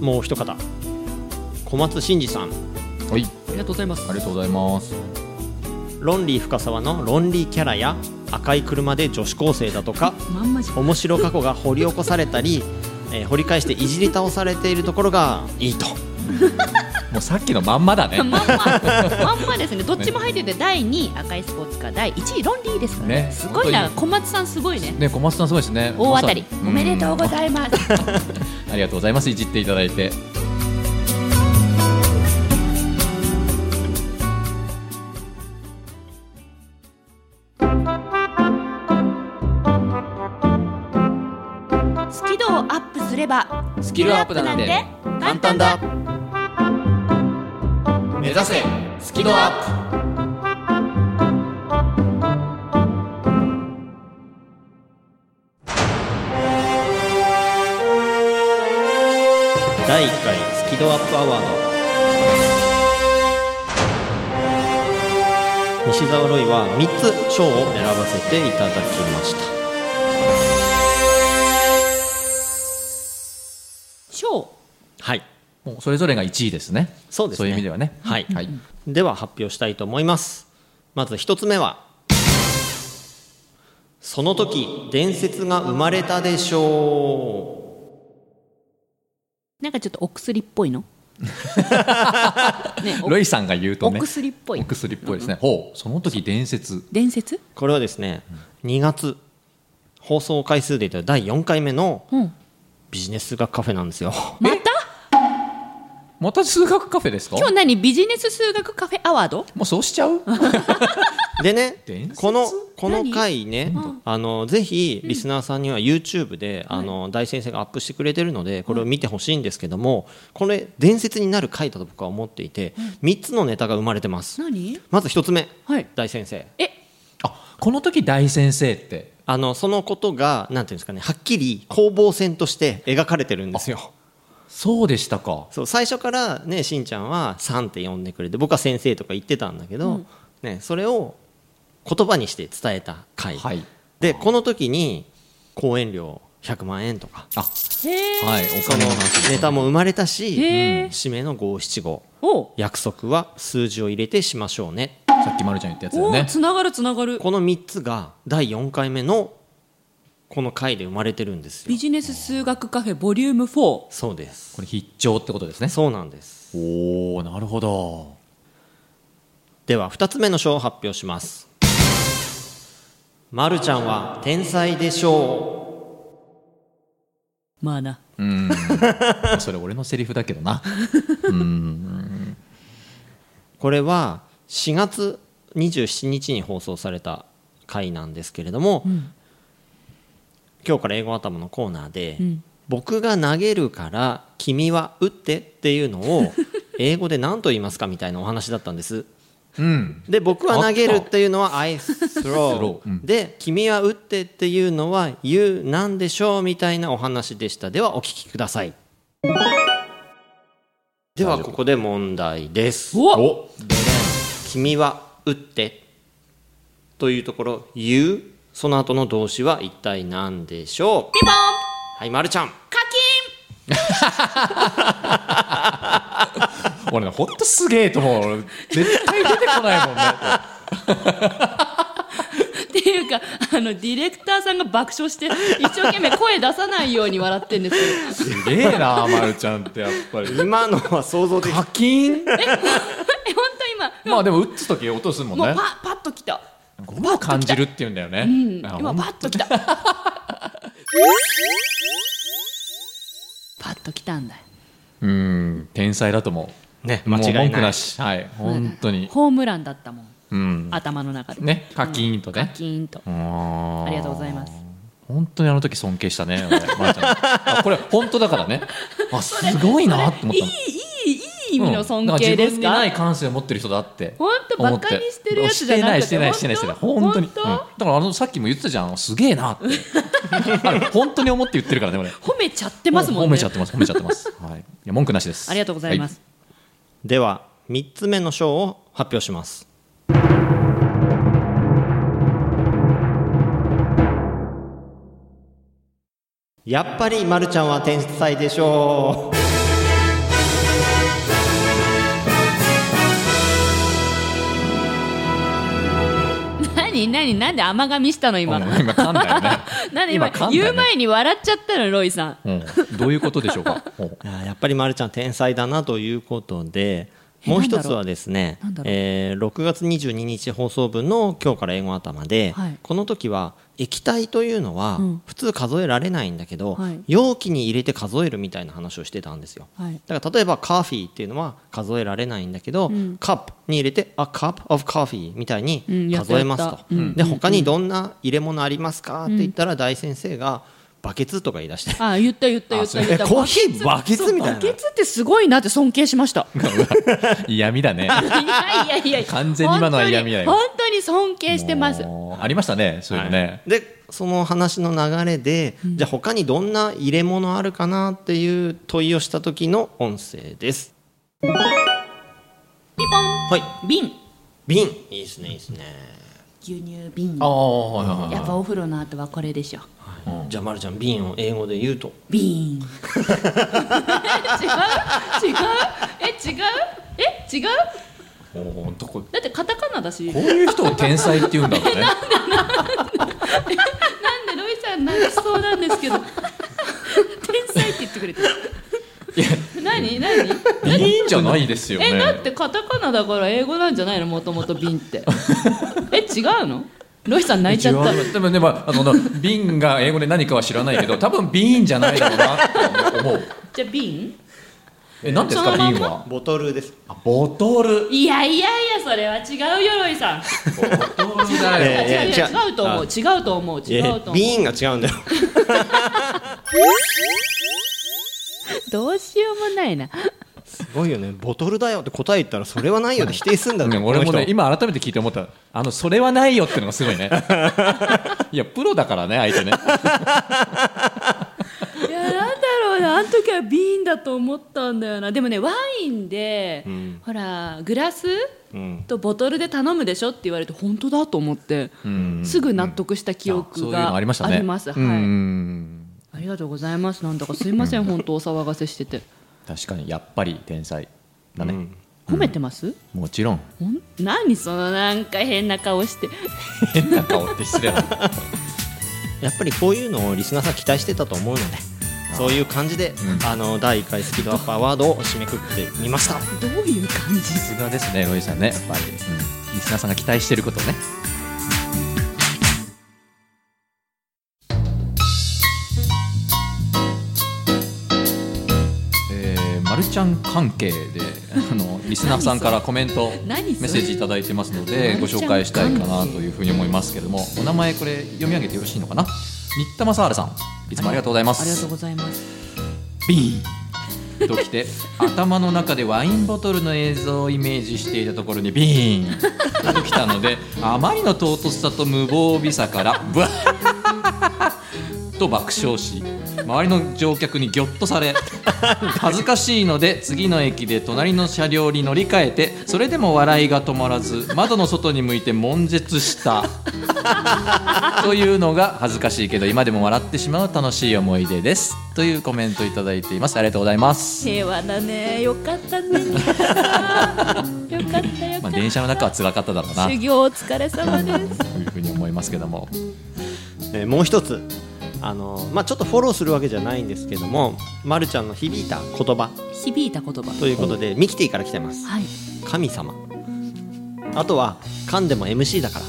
S3: もう一方小松真二さん
S1: はい
S2: ありがとうございます
S1: ありがとうございます
S3: ロンリー深沢のロンリーキャラや赤い車で女子高生だとか
S2: まんまじゃん
S3: 面白過去が掘り起こされたり、えー掘り返していじり倒されているところがいいと
S1: もうさっきのまんまだね
S2: まんま、まんまですね。どっちも入ってて、第2位赤いスポーツカー、第1位ロンリーですからね。
S1: ね
S2: すごいな、小松さんすごいね。
S1: ね小松さんすごいですね
S2: 大当たり
S1: ま、さ
S2: おめでとうご
S1: ん
S2: ざいます。
S1: ありがとうございますいじっていただいて
S2: スキルをアップすれば、ス
S1: キルアップなんて簡単だ目指せスキドアッ
S3: 第1回スキドアップアワード西澤ロイは3つ賞を選ばせていただきました
S2: 賞。
S3: はい
S1: プもうそれぞれが1位ですね
S3: そうです
S1: そ
S3: ね
S1: ういう意味ではね
S3: はい、
S1: はい
S3: では発表したいと思いますまず1つ目はその時伝説が生まれたでしょ
S2: なんかちょっとお薬っぽ
S1: (laughs)
S2: いの。ね、お
S1: ロイさんが言うと
S2: お
S1: ね
S2: 薬っぽい
S1: お。薬っぽいですねほうその時伝説
S2: 伝説。
S3: うこれはですね2月放送回数で言ったら第4回目の
S2: うん。
S3: ビジネス学カフェなんですよ (laughs)
S2: また。
S1: また数学カフェですか
S2: 今日何、ビジネス数学カフェアワード。
S1: もうそうしちゃう
S3: でね
S1: 伝説
S3: このこの
S2: 何
S3: 回ね、あのぜひリスナーさんには YouTube で、あの大先生がアップしてくれてるのでこれを見てほしいんですけども、これ伝説になる回だと僕は思っていて、3つのネタが生まれてます、
S2: 何。
S3: まず1つ目、
S2: はい
S3: 大先生
S2: え、
S1: あこの時大先生って
S3: あのそのことがなんていうんですかねはっきり攻防戦として描かれてるんですよ
S1: そうでしたか
S3: そう最初からねしんちゃんは「さん」って呼んでくれて僕は「先生」とか言ってたんだけど、ね、それを言葉にして伝えた回、
S1: はい
S3: でこの時に講演料100万円とか
S1: あ
S2: へえ。
S1: はいお
S3: その
S1: 金の話
S3: ネタも生まれたし
S2: へー
S3: 締めの五七五
S2: お。
S3: 約束は数字を入れてしましょうね
S1: さっきまるちゃん言ったやつだよ
S2: お、
S1: ね
S2: つながる、つながる。
S3: この3つが第4回目のこの回で生まれてるんですよ
S2: ビジネス数学カフェボリューム4。
S3: そうです
S1: これ必聴ってことですね
S3: そうなんです
S1: おおなるほど
S3: では2つ目の賞を発表しますまるちゃんは天才でしょ
S2: まあな。
S1: うんそれ俺のセリフだけどな
S3: うこれは4月27日に放送された回なんですけれども、今日から英語頭のコーナーで、
S2: ん
S3: 僕が投げるから君は打ってっていうのを英語で何と言いますかみたいなお話だったんです
S1: うん
S3: で僕は投げるっていうのは
S1: (laughs)
S3: I throw
S1: う
S3: で君は打ってっていうのは You なんでしょうみたいなお話でしたではお聞きくださいではここで問題です
S2: お
S1: お
S3: 君は打ってというところ You その後の動詞は一体何でしょう
S2: ピンポン
S3: はいまるちゃん
S2: 課金
S1: 俺ねほんとすげえと思う俺絶対出てこないもんね
S2: っていうかあのディレクターさんが爆笑して一生懸命声出さないように笑ってんですけ
S1: すげえなまるちゃんってやっぱり
S3: 今のは想像できた
S1: 課金
S2: どえ本当今、
S1: まあでも打つ時音するもん
S2: もう
S1: ね
S2: パパッときた
S1: ゴムを感じるって言うんだよねあ
S2: 今
S1: ほん
S2: パッときた (laughs) パッときたんだよ
S1: うん天才だと思
S3: ね
S1: う
S3: 間違い
S1: もう文句
S3: な
S1: ないしはい本当に
S2: ホームランだったもん
S1: うん
S2: 頭の中で
S1: ね課金と
S2: 課
S1: ね
S2: 金と
S1: あ
S2: ありがとうございます
S1: 本当にあの時尊敬したね、俺まーちゃんあこれ本当だからね。あ、すごいなって思
S2: いい
S1: ったの。
S2: いいいい意味の尊敬です
S1: うんだら自分に
S2: か,、
S1: ない感性を持ってる人だって
S2: ほんと
S1: 思って
S2: バカにしてるやつじゃなくて
S1: してないしてないしてないしてない
S2: ほんと
S1: 本当に
S2: ほんと
S1: うんだからあのさっきも言ってたじゃんすげえなってあ
S2: (laughs)
S1: れ本当に思って言ってるからね俺
S2: 褒めちゃってますもんね
S1: 褒めちゃってます褒めちゃってますはいいや文句なしです
S2: ありがとうございます、
S3: では3つ目の賞を発表します
S2: (laughs)
S3: やっぱりまるちゃんは天才でしょう
S2: 何何なんで甘噛みしたの今
S1: うん今噛んだよ
S2: (laughs)
S1: ね。
S2: なんで今
S1: 今噛んだね
S2: 言う前に笑っちゃったのロイさん
S1: うん、どういうことでしょうか。うん
S3: いややっぱりまるちゃん天才だなということで
S2: え
S3: もう一つはですね
S2: なんだ、ろう
S3: えー6月22日放送分の「今日から英語頭で」
S2: はい
S3: この時は液体というのは
S2: うん
S3: 普通数えられないんだけど、
S2: はい
S3: 容器に入れて数えるみたいな話をしてたんですよ。
S2: はい
S3: だから例えばカーフィーっていうのは数えられないんだけど、
S2: ん
S3: カップに入れて「あカップ of coffee」みたいに
S2: うんやった
S3: 数えます
S2: やっ
S3: と
S2: た、うん
S3: で他にどんな入れ物ありますかって言ったら大先生が「バケツ」とか言い出して
S2: あ言った言った言った言
S3: え
S2: った
S3: コーヒ (laughs) ーバケツみた
S2: バ
S3: いな
S2: ケツってすごいなって尊敬しま
S1: (laughs)
S2: した
S1: 嫌味だね。
S2: いやいやいや
S1: 完全に今のは嫌味だよ
S2: 本当に本当に尊敬してます
S1: もうありましたね、そういうのね。
S3: でその話の流れで、じゃあ他にどんな入れ物あるかなっていう問いをした時の音声です
S2: ピポン
S3: はい
S2: 瓶
S3: 瓶いいですねいいですね、
S2: 牛乳瓶
S1: ああ、はいはい
S2: やっぱお風呂の後はこれでしょ
S3: じゃあまるちゃん瓶を英語で言うと
S2: ビーン違う (laughs) 違うえ違うえ違う
S1: おーどここ
S2: だってカタカナだ
S1: う
S2: し
S1: いう人を天才って言うんだろうね。
S2: なんでロイさん泣きそうなんです
S1: (laughs)
S2: けど天才って言ってくれてる何何
S1: いいんじゃないですよね。
S2: えだってカタカナだから英語なんじゃないのもともと瓶って
S1: (laughs)
S2: え違うのロイさん泣いちゃった
S1: 違うでもね、まあ、あの、瓶が英語で何かは知らないけど、多分ビーンじゃないだろうなって思う。
S2: じゃあ瓶
S1: え、何ですか、
S2: そのまま
S1: 瓶は。
S3: ボトルです
S1: あボトル。
S2: いやいやいやそれは違うよロイさん
S1: ボトルだよ。
S3: えいや
S2: 違う違う
S3: 違う
S2: 違うと思う違うと思う違うと思う
S3: 瓶が違う
S2: (laughs)
S3: んだよ
S2: どうしようもないな
S3: すごいよねボトルだよって答え言ったらそれはないよって否定すんだ
S1: ね (laughs)
S3: ね
S1: 俺もね
S3: 今
S1: 今改めて聞いて思ったあのそれはないよってのがすごい (laughs) ねいやプロだからね相手ね
S2: いやなんだろうなあの時は瓶だと思ったんだよなでもねワインで、
S3: ん
S2: ほらグラス
S3: うん
S2: とボトルで頼むでしょって言われて本当だと思って、
S1: ん
S2: すぐ納得した記
S1: そうい
S2: 憶
S1: うの
S2: が
S1: ありましたね
S2: あります
S1: う
S2: はい
S1: ん
S2: ありがとうございますなんだかすいません本当お騒がせしてて
S1: 確かにやっぱり天才だね、
S2: 褒めてます、
S1: もちろん
S2: ほん何そのなんか変な顔して
S1: 変な顔って失礼だな
S3: やっぱりこういうのをリスナーさん期待してたと思うのでそういう感じで、
S1: うん
S3: あの第1回スピードアップアワードを締めくくってみました
S2: どういう感じ
S1: さすがですねロイさんねやっぱり、うん、リスナーさんが期待してることをねえーマルちゃん関係であ
S2: (laughs)
S1: のリスナーさんからコメントメ
S2: 何それ
S1: ッセージいただいてますので
S2: 何
S1: ご紹介したいかなというふうに思いますけれどもお名前これ読み上げてよろしいのかな新田正治さんいつもありがとうございます
S2: ありがとうございます
S1: ビーンときて頭の中でワインボトルの映像をイメージしていたところにビーンときたのであまりの唐突さと無防備さからブワッと爆笑し周りの乗客にギョッとされ恥ずかしいので次の駅で隣の車両に乗り換えてそれでも笑いが止まらず窓の外に向いて悶絶したというのが恥ずかしいけど今でも笑ってしまう楽しい思い出ですというコメントいただいていますありがとうございます、
S2: 平和だねよかったね (laughs) よかったよかった、
S1: まあ、電車の中は辛かっただろう
S2: (laughs)
S1: なと
S2: 修行お疲れ様です
S1: いうふうに思いますけども
S3: えーもう一つあのー、まあ、ちょっとフォローするわけじゃないんですけども、ま、るちゃんの響いた言葉
S2: 響いた言葉
S3: ということでミキティから来てます
S2: はい
S3: 神様あとは噛んでも MC だか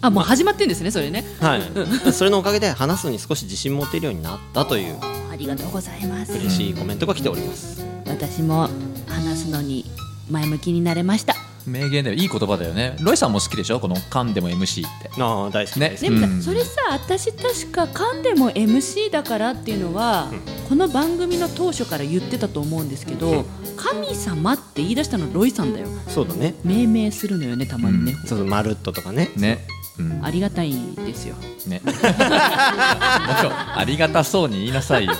S2: あもう始まってんですねそれね
S3: ら、はい、 (laughs) それのおかげで話すのに少し自信持てるようになったという
S2: ありがとうございます
S3: 嬉しいコメントが来ております
S2: 私も話すのに前向きになれました
S1: 名言だよいい言葉だよねロイさんも好きでしょこの「噛んでも MC」って
S3: ああ大好きです、
S2: で
S1: う
S2: もさ、
S1: ん
S2: それさ私確か噛んでも MC だからっていうのは、この番組の当初から言ってたと思うんですけど、
S3: うん
S2: 神様って言い出したのロイさんだよ
S3: そうだね
S2: 命名するのよねたまにね、
S3: そうそうまるっととかね
S1: ねうん
S2: ありがたいですよ
S1: ねもうちょいありがたそうに言いなさい
S2: (laughs)
S1: よ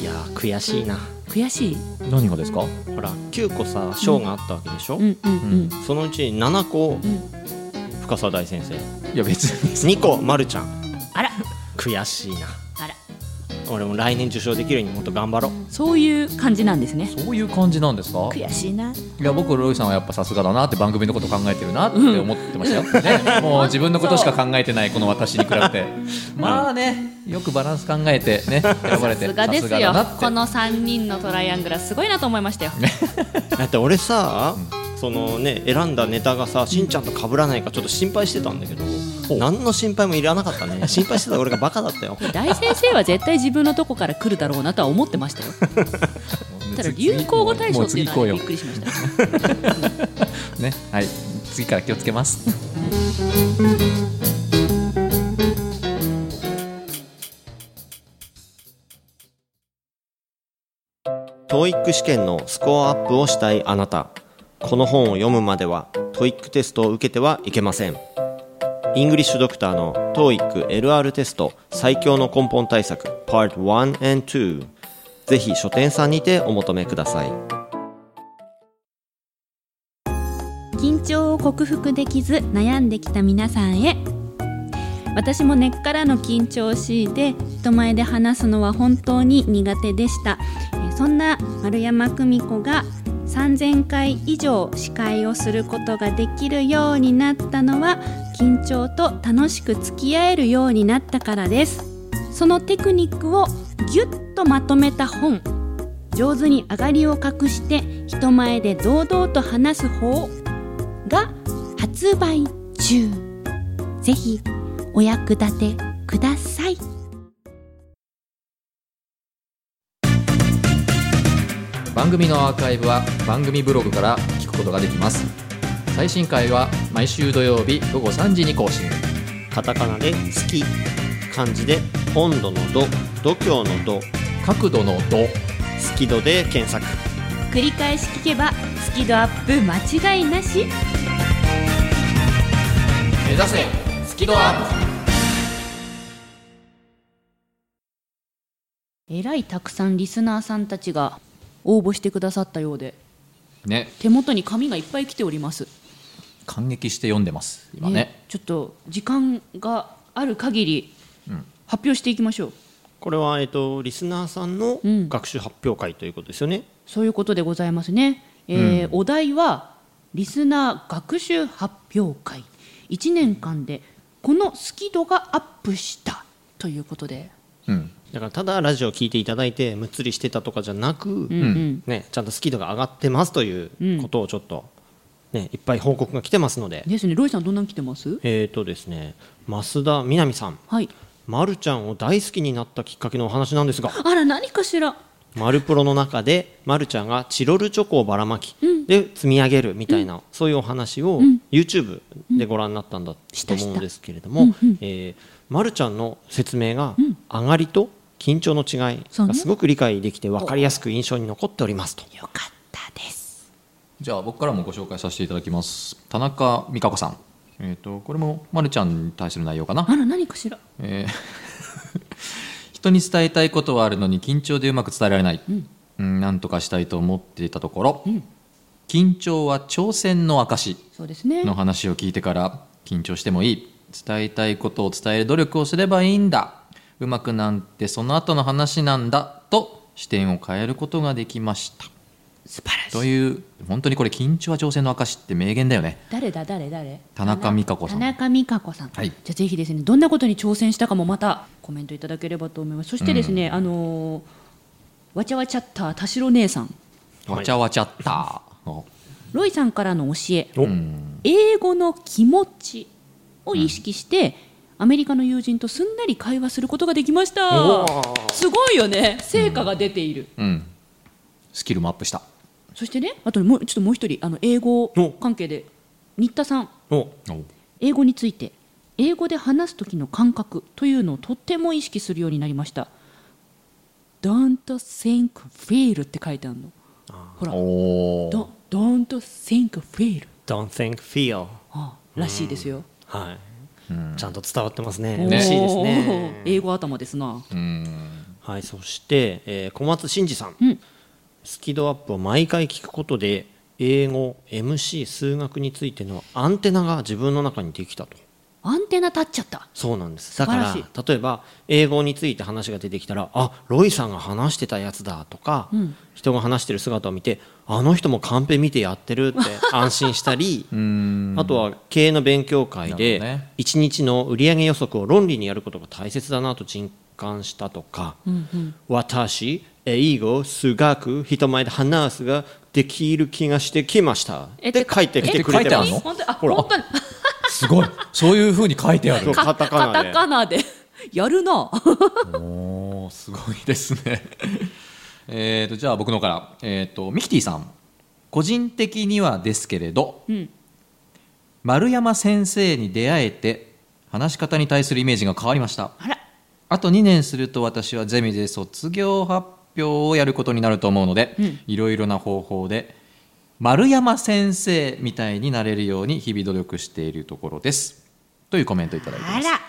S3: いやー悔しいな
S2: 悔しい
S1: 何がですか
S3: ほら9個さ章があったわけでしょ、
S2: うんうんうん
S3: そのうち7個
S2: うん
S3: 深澤大先生
S1: いや別に
S3: 2個まるちゃん
S2: あら
S3: 悔しいな
S2: あら
S3: 俺も来年受賞できるようにもっと頑張ろ
S2: (laughs)
S3: う
S2: そういう感じなんですね
S1: そういう感じなんですか
S2: 悔しいない
S1: や僕ロイさんはやっぱさすがだなって番組のこと考えてるなって思ってましたよ、
S2: (laughs)
S1: ね、もう自分のことしか考えてないこの私に比べてまあねよくバランス考えてね選ばれて
S2: さすがです
S1: さ
S2: よ
S1: だなって
S2: この3人のトライアングルはすごいなと思いましたよ
S3: だって俺さ、そのね選んだネタがさしんちゃんと被らないかちょっと心配してたんだけど、何の心配もいらなかったね心配してた俺がバカだったよ
S2: 大先生は絶対自分のとこから来るだろうなとは思ってましたよただ流行語大賞
S1: も
S2: っ
S1: う
S2: てい
S1: (laughs) 次行
S2: う
S1: こうよ
S2: のはびっくりしました
S1: ねはい次から気をつけます
S3: トイック試験のスコアアップをしたいあなたこの本を読むまではトイックテストを受けてはいけませんイングリッシュドクターの TOEIC LR テスト最強の根本対策 Part 1 and 2ぜひ書店さんにてお求めください
S4: 緊張を克服できず悩んできた皆さんへ私も根っからの緊張を強いて人前で話すのは本当に苦手でしたえーそんな丸山久美子が3000回以上司会をすることができるようになったのは緊張と楽しく付き合えるようになったからですそのテクニックをぎゅっとまとめた本上手に上がりを隠して人前で堂々と話す方が発売中ぜひお役立てください
S1: 番組のアーカイブは番組ブログから聞くことができます最新回は毎週土曜日午後3時に更新
S3: カタカナで「好き」漢字で「温度の度」「度胸の度」
S1: 角度の度
S3: 「好き度」で検索
S4: 繰り返し聞けばスキドアップ間違いなし
S1: 目指せスキドアップ
S2: えらいたくさんリスナーさんたちが応募してくださったようで
S1: ね、
S2: 手元に紙がいっぱい来ております
S1: 感激して読んでます今ね
S2: ちょっと時間がある限り発表していきましょう
S3: これは、えっと、リスナーさんの
S2: うん
S3: 学習発表会ということですよね、
S2: そういうことでございますね、えーお題はリスナー学習発表会1年間でこのスキドがアップしたということで、
S1: うん
S3: だからただラジオを聞いていただいてむっつりしてたとかじゃなく、
S2: うんうん
S3: ね、ちゃんとスキ度が上がってますということをちょっと、ね、いっぱい報告が来てますので、
S2: ですねロイさんどんなん来てます
S3: えっ、とですね増田みなみさん
S2: はい
S3: まるちゃんを大好きになったきっかけのお話なんですが
S2: あら何かしら
S3: マルプロの中でまるちゃんがチロルチョコをばらまきで積み上げるみたいな、そういうお話を YouTube でご覧になったんだと思うんですけれども、えーまるちゃんの説明が上がりと緊張の違い
S2: そうね
S3: がすごく理解できて分かりやすく印象に残っておりますと。
S2: よかったです
S1: じゃあ僕からもご紹介させていただきます田中美香子さんえっ、とこれもまるちゃんに対する内容かな
S2: あら何かしら
S1: えー (laughs) 人に伝えたいことはあるのに緊張でうまく伝えられない、うん、なんとかしたいと思っていたところ、緊張は挑戦の証
S2: そうですね
S1: の話を聞いてから緊張してもいい伝えたいことを伝える努力をすればいいんだうまくなんてその後の話なんだと視点を変えることができました
S2: 素晴らしい
S1: という本当にこれ緊張は挑戦の証って名言だよね
S2: 誰だ誰誰
S1: 田中美香子さ
S2: 田
S1: ん
S2: 中美香子さん、
S1: はい
S2: じゃあぜひですねどんなことに挑戦したかもまたコメントいただければと思いますそしてですね、あのーわちゃわちゃった田代姉さん
S1: わちゃわちゃったの
S2: ロイさんからの教え
S3: お
S2: 英語の気持ちを意識して、アメリカの友人とすんなり会話することができました
S3: おー
S2: すごいよね成果が出ている、
S1: うんスキルもアップした
S2: そしてねあともうちょっともう一人あの英語
S3: お
S2: 関係で新田さん
S3: お
S2: 英語について英語で話す時の感覚というのをとっても意識するようになりました「Don't think feel」って書いてあるのほら
S1: お
S2: 「
S1: ー
S2: Don't don't think feel
S3: Don't think, feel、」
S2: あらしいですよ、
S3: はいちゃんと伝わってますね
S2: おー
S3: 嬉しいですね。
S2: 英語頭ですな
S1: うん
S3: はい、そして、えー小松真二さん、
S2: うん
S3: スキドアップを毎回聞くことで英語 MC 数学についてのアンテナが自分の中にできたと
S5: アンテナ立っちゃった
S3: そうなんですだか
S5: 素晴
S3: ら例えば英語について話が出てきたらあロイさんが話してたやつだとか、
S5: ん
S3: 人が話してる姿を見てあの人もカンペ見てやってるって安心したり
S1: うん
S3: あとは経営の勉強会
S1: なるほどね
S3: で1日の売上予測を論理にやることが大切だなと実感したとか、私英語数学人前で話すができる気がしてきました
S5: え
S3: で書いてきてくれてま
S1: え
S3: す
S1: 書いてあんの
S5: 本当にあ
S1: ほら
S5: 本当に
S1: すごいそういうふうに書いてあ
S3: そ
S1: る
S3: うカタカナで
S5: カタカナでやるな
S1: おーすごいですね (laughs) えーとじゃあ僕のから、えー、とミキティさん個人的にはですけれど、
S5: うん
S1: 丸山先生に出会えて話し方に対するイメージが変わりました
S5: あら
S1: あと2年すると私はゼミで卒業発表をやることになると思うので、
S5: うん
S1: いろいろな方法で丸山先生みたいになれるように日々努力しているところですというコメントをいただいてい
S5: あ
S1: ます
S5: ら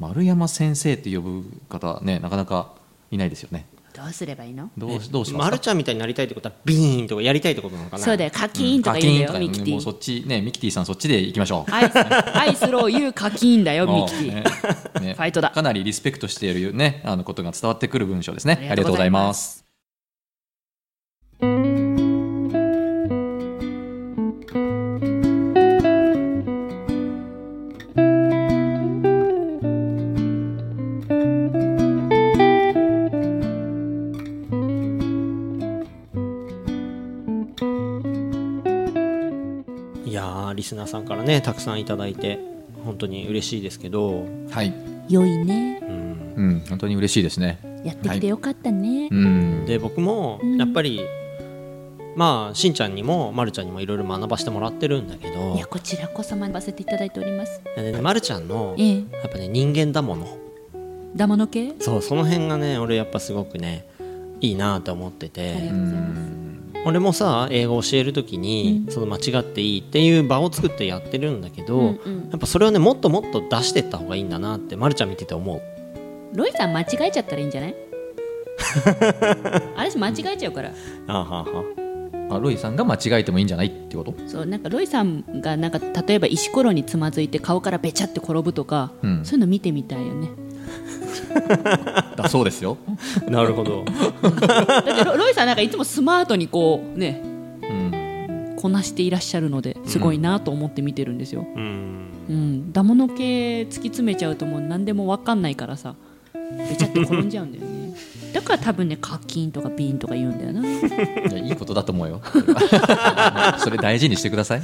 S1: 丸山先生って呼ぶ方ねなかなかいないですよね
S5: どうすればいいの
S1: どうどうします
S3: ま
S1: か
S3: るちゃんみたいになりたいってことはビーンとかやりたいってことなのかな
S5: そうだよ課金とか
S1: 課
S5: 言うん
S1: 金
S5: だよ、ミキテ
S1: もうそ
S5: ィ
S1: っちねミキティさんそっちでいきましょう
S5: アイスアイスローユー課金だよミ
S1: も
S5: キ
S1: う
S5: テ (laughs) ィ
S1: ねね
S5: ファイトだ
S1: かなりリスペクトしているねあのことが伝わってくる文章ですねありがとうございます
S3: いやーリスナーさんからねたくさんいただいて本当に嬉しいですけど、
S1: はい
S2: 良いね
S3: うん
S1: うん本当に嬉しいですね
S2: やってきてよかったね、
S1: うん
S3: で僕もやっぱり、まあしんちゃんにもまるちゃんにもいろいろ学ばしてもらってるんだけど
S2: いやこちらこそ学ばせていただいております
S3: でねまるちゃんの
S2: ええ
S3: やっぱね人間だもの
S2: ダマの系
S3: そうその辺がね俺やっぱすごくねいいなと思って
S2: あり
S3: て
S2: がとうございます
S3: 俺もさ英語教える時に、その間違っていいっていう場を作ってやってるんだけど、
S2: うんうん
S3: やっぱそれをねもっともっと出してった方がいいんだなってまるちゃん見てて思う
S2: ロイさん間違えちゃったらいいんじゃない (laughs) 私間違えちゃうから
S3: あはは
S1: あロイさんが間違えてもいいんじゃないってこと
S2: そうなんかロイさんがなんか例えば石ころにつまずいて顔からべちゃって転ぶとか、
S1: うん
S2: そういうの見てみたいよね
S1: だそうですよ、
S3: なるほど
S2: だってロ (laughs) ロイさんなんかいつもスマートにこうね
S1: うん、
S2: こなしていらっしゃるのですごいなと思って見てるんですよ、
S3: うん
S2: うん、ダモの系突き詰めちゃうともう何でも分かんないからさべちゃって転んじゃうんだよね (laughs) だから多分ね課金とかビンとか言うんだよない
S1: やいいことだと思うよ (laughs) それ大事にしてください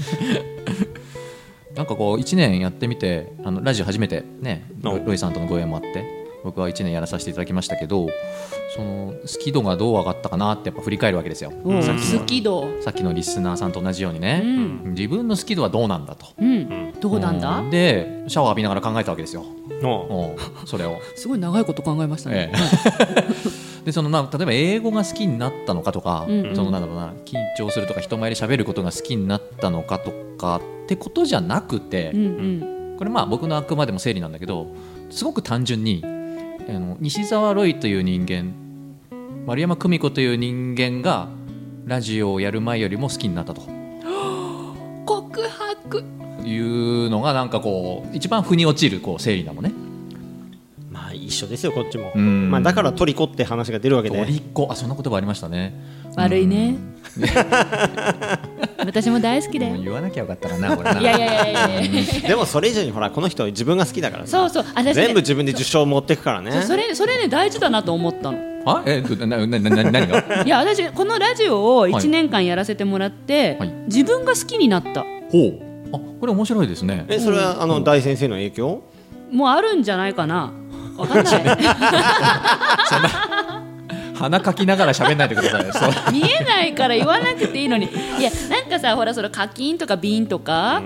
S1: なんかこう1年やってみてあのラジオ初めてねロ
S3: お
S1: ロイさんとのご縁もあって僕は1年やらさせていただきましたけどその好き度がどう上がったかなってやっぱ振り返るわけですよ
S2: もう
S3: さっきの
S2: 好き度
S1: さっきのリスナーさんと同じように
S2: う
S1: ね、
S2: ん、
S1: 自分の好き度はどうなんだと
S2: うん、どうなんだ、
S1: うんでシャワー浴びながら考えたわけですよ
S3: の
S1: うんそれを
S2: すごい長いこと考えましたね
S1: え。でそのな例えば英語が好きになったのかとか、
S2: うんうん
S1: そのなんだろうな緊張するとか人前で喋ることが好きになったのかとかってことじゃなくて、
S2: うんうん
S1: これまあ僕のあくまでも整理なんだけどすごく単純にあの西澤ロイという人間丸山久美子という人間がラジオをやる前よりも好きになったと
S2: 告白
S1: いうのがなんかこう一番腑に落ちるこう整理なのね。
S3: まあ一緒ですよこっちも、
S1: うん
S3: まあ、だからトリコって話が出るわけ
S1: お
S3: で
S1: りっこあそんな言葉ありましたね。
S2: 悪いね
S1: うん。
S2: 私も大好きだよ。い
S1: 言わなきゃよかったかな俺な。
S2: やいやいやいや。
S3: でもそれ以上にほらこの人自分が好きだから
S2: そ
S3: さ
S2: うそう。私ね
S3: 全部自分で受賞持ってくからね
S2: それそれね大事だなと思ったの。
S1: あえなななな何が (laughs)
S2: いや私このラジオを
S1: はい
S2: 1年間やらせてもらって、
S1: はい
S2: 自分が好きになった。
S1: ほうあこれ面白いですね
S3: えそれはあの大先生の影響
S2: もうあるんじゃないかな。わかんない。
S1: 鼻かきながら喋んないでくださいよそう
S2: 見えないから言わなくていいのに。いやなんかさほらその課金とか瓶とか、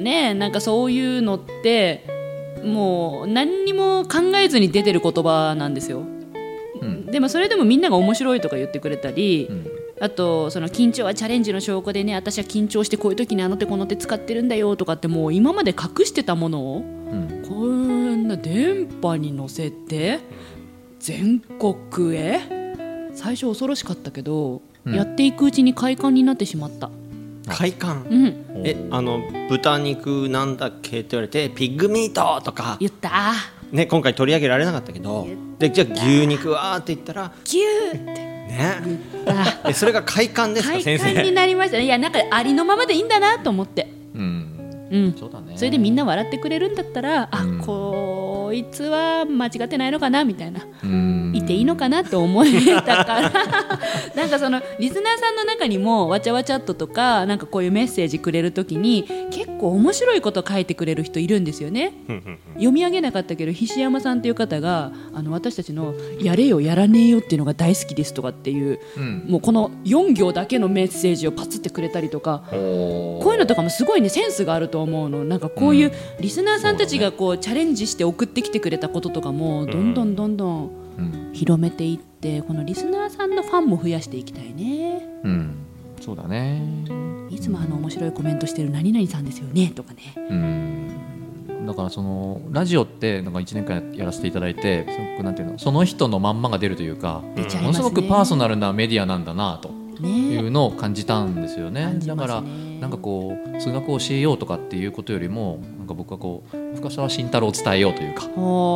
S2: ねなんかそういうのってもう何にも考えずに出てる言葉なんですよ。
S1: うん
S2: でもそれでもみんなが面白いとか言ってくれたり、
S1: うん
S2: あとその緊張はチャレンジの証拠でね私は緊張してこういう時にあの手この手使ってるんだよとかってもう今まで隠してたものを
S1: うん
S2: こんな電波に乗せて全国へ最初恐ろしかったけど、
S1: うん
S2: やっていくうちに快感になってしまった
S1: あ
S3: 快感
S2: うん
S3: えあの豚肉なんだっけって言われてピッグミートとか
S2: 言った
S3: ね今回取り上げられなかったけどでじゃあ牛肉はって言ったら
S2: ギューって
S3: ねえ (laughs) それが快感ですか
S2: 快
S3: 先
S2: 感に
S3: 生
S2: なりましたねいやなんかありのままでいいんだなと思って
S1: うん、
S2: うん
S1: そうだね
S2: それでみんな笑ってくれるんだったら、
S1: うん
S2: あこいつは間違ってないのかなみたいな、
S1: うん
S2: いていいのかなと思えたから (laughs) なんかそのリスナーさんの中にもわちゃわちゃっととかなんかこういうメッセージくれるときに結構面白いこと書いてくれる人いるんですよね。
S3: うんうん
S2: 読み上げなかったけど菱山さんという方があの私たちの「やれよやらねえよ」っていうのが大好きですとかっていう
S1: うん
S2: もうこの4行だけのメッセージをパツってくれたりとか
S1: おー
S2: こういうのとかもすごいねセンスがあると思うのなんかこういう
S1: うん
S2: リスナーさんたちがこうチャレンジして送ってきてくれたこととかもどんどんどんどん
S1: うん、
S2: 広めていってこのリスナーさんのファンも増やしていきたいね
S1: うん、そうだね
S2: いつもあの面白いコメントしてる何々さんですよねとかね
S1: うんだからそのラジオってなんか1年間やらせていただいてすごくなんていうのその人のまんまが出るというか
S2: 出ちゃい
S1: も
S2: ま
S1: のす
S2: すね
S1: ごくパーソナルなメディアなんだなとい
S2: ね
S1: うのを感じたんですよね。
S2: 感じ
S1: だ
S2: ま
S1: か
S2: すね
S1: らなんかこう数学を教えようとかっていうことよりもなんか僕はこう深沢慎太郎を伝えようというか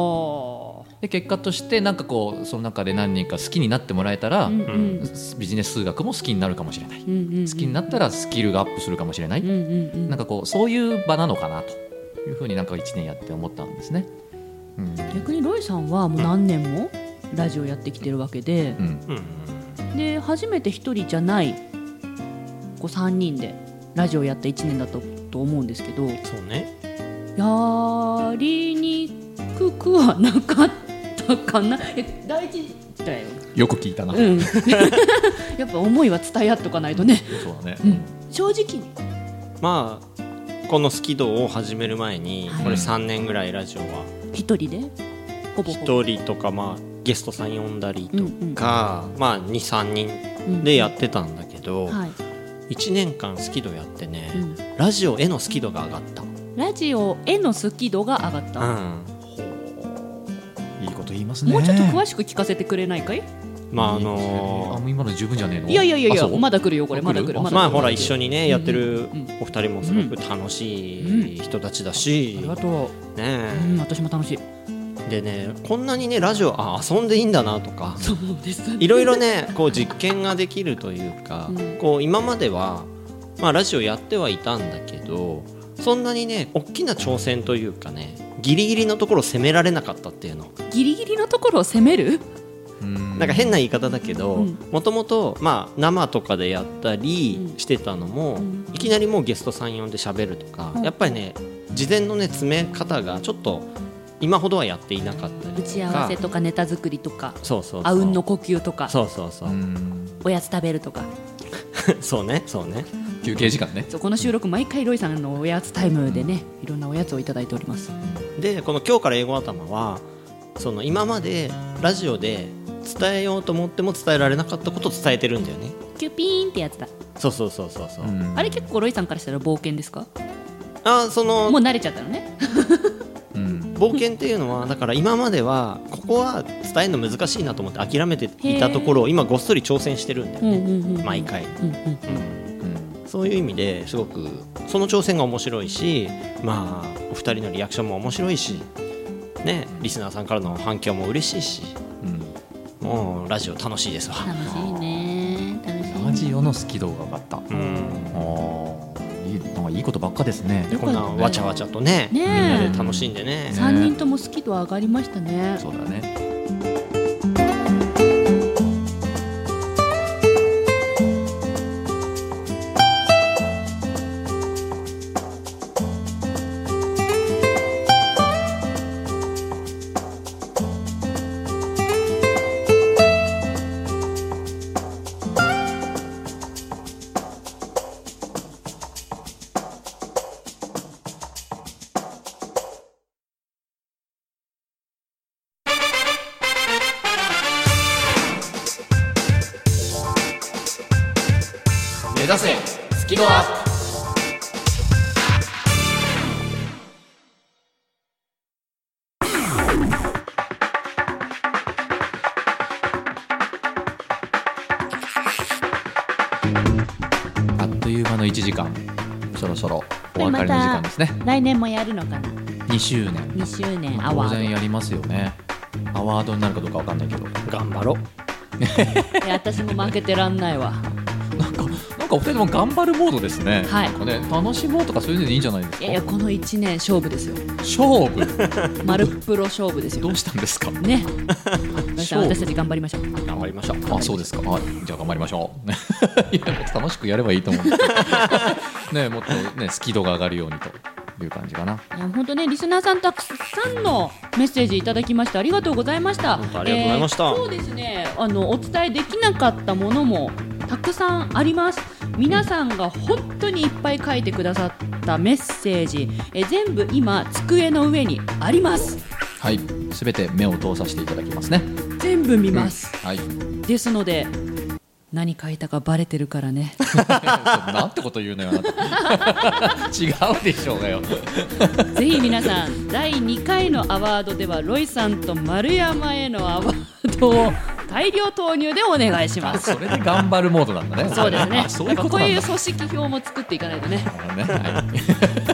S2: ほ
S1: で結果としてなんかこうその中で何人か好きになってもらえたら、
S2: ーうんうん
S1: ビジネス数学も好きになるかもしれない、
S2: うんうんうん
S1: 好きになったらスキルがアップするかもしれない、
S2: うんうんうん
S1: なんかこうそういう場なのかなというふうになんか1年やって思ったんですね。うん
S2: 逆にロイさんはもう何年もラジオやってきてるわけで
S1: う、ん
S3: うんうん
S2: で初めて一人じゃないこう3人でラジオやった1年だとと思うんですけど
S3: そうね
S2: やりにくくはなかったかな (laughs) え大事だよ、
S1: よく聞いたな、
S2: うん、 (laughs) やっぱ思いは伝え合っとかないとね、
S1: そうだね、
S2: うん、正直に
S3: まあこのスキドを始める前に
S2: はい
S3: これ3年ぐらいラジオは
S2: 一人でほぼほぼ
S3: 1人とかまあゲストさん呼んだり
S2: うんうん
S3: とかまあ23人でやってたんだけど
S2: はい
S3: 1年間スキドやってね
S2: うん
S3: ラジオへのスキドが上がっ、
S2: ラジオへの好き度が上がったた、
S3: うん、
S1: いいこと言いますね
S2: もうちょっと詳
S1: し
S2: しく聞かせてくれないかい
S3: まああ
S1: あ
S3: の
S1: もう今の十分じゃねえの
S2: いやいやいやいや
S1: あそう
S2: まだ来るよこれ
S1: あ来
S2: ま
S1: る
S2: だ来る
S1: あ
S2: まだ来る
S3: まあほら一緒にねやって
S2: う
S3: る
S2: んうん
S3: お二人もすごく楽しい人たちだし
S2: ありがとう、う
S3: ね
S2: ん、私も楽しい
S3: でねこんなにねラジオあ遊んでいいんだなとか
S2: そうです
S3: いろいろねこう実験ができるというか
S2: うん
S3: こう今まではまあラジオやってはいたんだけどそんなにね大きな挑戦というかねギリギリのところを攻められなかったっていうの
S2: ギリギリのところを攻める
S1: うん
S3: なんか変な言い方だけど
S2: うん
S3: もともとまあ生とかでやったりしてたのも
S2: ん
S3: いきなりもうゲストさん呼んで喋るとか
S2: うん
S3: やっぱりね事前のね詰め方がちょっと今ほどはやっていなかったり
S2: 打
S3: と
S2: ち合わ
S3: か
S2: せとかネタ作りとか
S3: そうそうそう
S2: あうんの呼吸とか
S3: そうそうそううん
S2: おやつ食べるとか
S3: (laughs) そうねそうね
S1: 休憩時間ね
S2: そうこの収録毎回ロイさんのおやつタイムでねいろんなおやつをいただいております
S3: でこの「今日から英語頭は」その今までラジオで伝えようと思っても伝えられなかったことを伝えてるんだよね
S2: キュピーンってやつだ
S3: そうそうそうそうそう、
S1: うん
S2: あれ結構ロイさんからしたら冒険ですか
S3: あその
S2: もう慣れちゃったのね
S1: うん
S3: 冒険っていうのはだから今まではここは伝えるの難しいなと思って諦めていたところを今ごっそり挑戦してるんだよ
S2: うん
S3: ね、
S2: うんうん
S3: 毎回、
S2: うんう
S1: う
S2: ん
S1: ん
S3: そういう意味ですごくその挑戦が面白いしまあお二人のリアクションも面白いしねリスナーさんからの反響も嬉しいし
S1: うん
S3: もうラジオ楽しいですわ
S4: 楽しいね楽しいね
S1: ラジオの好き度が上がった、
S3: う
S1: あ
S3: ん
S1: ーいいなんかいいことばっかですね
S3: でこんなわちゃわちゃとね
S2: ねえ
S3: みんなで楽しんでね
S1: ね
S2: 3人とも好き度上がりましたね
S1: そうだね
S3: 目指せスキルアップ
S1: あっという間の1時間そろそろお別れの時間ですね
S2: 来年もやるのかな
S1: 2周年
S2: 2周年
S1: まあ
S2: ア
S1: 当
S2: ワ
S1: 然
S2: ー
S1: やりますよねアワードになるかどうかわかんないけど
S3: 頑張ろ
S2: ドいや私も負けてらんないわ
S1: なんかなんかお二人とも頑張るモードですね、
S2: はい
S1: なんかね楽しもうとかそういうのでいいんじゃないです
S2: い
S1: か
S2: やいやこの1年勝負ですよ
S1: 勝負
S2: 丸プロ勝負です
S1: ど
S2: よ
S1: うしたんです
S2: (laughs)
S1: か
S2: ね私
S1: 勝負
S2: たち頑張りましょう
S3: う頑張りましょう
S1: あそうですか、はい、じゃあ頑張りましょう (laughs) いやもっと楽しくやればいいと思うんですけどねもっとねスキードが上がるようにという感じかない
S2: や本当ねリスナーさんたくさんのメッセージいただきましてありがとうございました。
S3: 本当ありがとうございました
S2: そうですねあのお伝えできなかったものもたくさんあります。皆さんが本当にいっぱい書いてくださったメッセージ、えー全部今机の上にあります。
S1: はいすべて目を通させていただきますね
S2: 全部見ます。
S1: はい (laughs)
S2: ですので何書いたかバレてるから
S3: (laughs)
S2: ね。
S1: なんてこと言うのよあなた
S2: (laughs)
S1: 違うでしょうがよ
S2: ぜひ皆さん第2回のアワードではロイさんと丸山へのアワードを大量投入でお願いします。
S1: それで頑張るモードなんだね
S2: そうですね
S1: あ。そういう
S2: やっぱ
S1: こと
S2: こう
S1: なん
S2: い
S1: だ
S2: う組織票も作っていかないとね。
S1: ねはい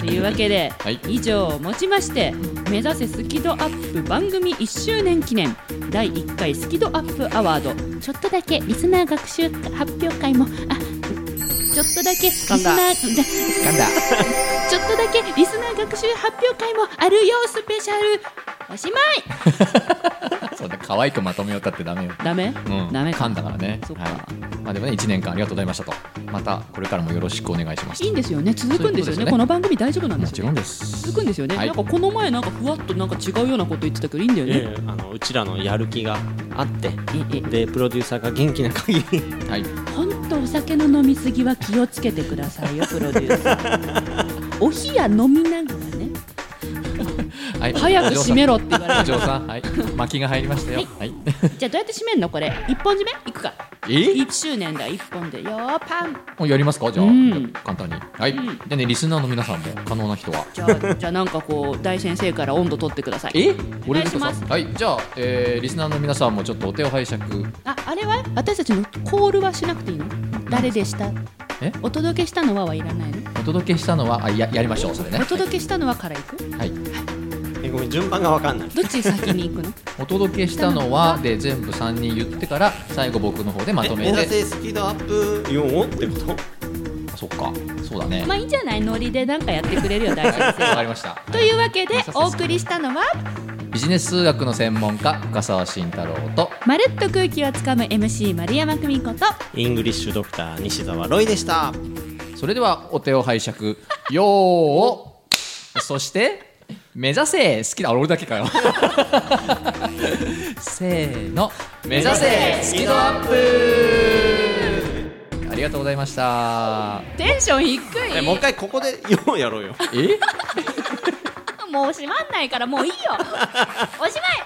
S2: というわけで、
S1: はい
S2: 以上をもちまして目指せスキドアップ番組1周年記念第1回スキドアップアワード
S4: ちょっとだけリスナー学習発表会もあちょっとだけリスナー
S2: んだ
S1: なんだ
S4: ちょっとだけリスナー学習発表会もあるよスペシャルおしまい
S1: そうね可愛くまとめようったってダメよ
S2: ダメ、
S1: うん、
S2: ダメ
S1: 噛んだからね
S2: そっか
S1: はい、まあでもね1年間ありがとうございましたとまたこれからもよろしくお願いします
S2: いいんですよね続くんですよ
S1: そういうことで
S2: ね
S1: す
S2: こ
S1: よね
S2: の番組大丈夫なんで
S1: も
S2: す
S1: ち
S2: よ
S1: ろ
S2: ね
S1: んです
S2: 続くんですよね、
S1: はい
S2: なんかこの前なんかふわっとなんか違うようなこと言ってたけどいいんだよね、
S3: ええあのうちらのやる気があって
S2: ええ
S3: でプロデューサーが元気な限り (laughs)
S1: はい
S2: 本当お酒の飲みすぎは気をつけてくださいよプロデューサ
S1: (laughs)
S2: ーお冷や飲みながらね
S1: はい
S2: 早く閉めろって言われ
S1: お
S2: る
S1: 嬢さんはい巻きが入りましたよはい
S2: じゃあどうやって締めんのこれ一本締めいくか
S1: え
S2: 1周年だ一本でよーパン
S1: もうやりますかじゃあ、
S2: うん
S1: 簡単にはい、
S2: うん
S1: でねリスナーの皆さんも可能な人は
S2: じゃあじゃあなんかこう大先生から温度取ってください
S1: え
S2: お願いしま
S1: 俺です
S2: す
S1: かはいじゃあ、えー、リスナーの皆さんもちょっとお手を拝借
S2: ああれは私たちのコールはしなくていいの誰でした
S1: え
S2: お届けしたのははいらないの
S1: お届けしたのはあややりましょうそれね
S2: お届けしたのはから行く
S1: はい、
S3: えごめん順番が分かんない
S2: どっち先に行くの
S1: お届けしたのはで全部3人言ってから最後僕の方でま
S3: え
S1: と
S3: 目
S1: め
S3: 指
S1: て
S3: せスピードアップ4をってこと
S1: あそっかそうだね
S2: まあいいんじゃないノリでなんかやってくれるよ大先
S1: わ
S2: 生
S1: かりました
S2: というわけでお送りしたのは
S1: ビジネス数学の専門家深澤慎太郎と
S4: まるっと空気をつかむ MC 丸山久美子と
S3: イングリッシュドクター西澤ロイでした
S1: それではお手を拝借よーをそして目指せ好きだあ俺だけかよ (laughs) せーの目指せスキドアップありがとうございました
S2: テンション低い
S3: えもう一回ここで4をやろうよ
S1: え
S4: もう閉まんないからもういいよおしまい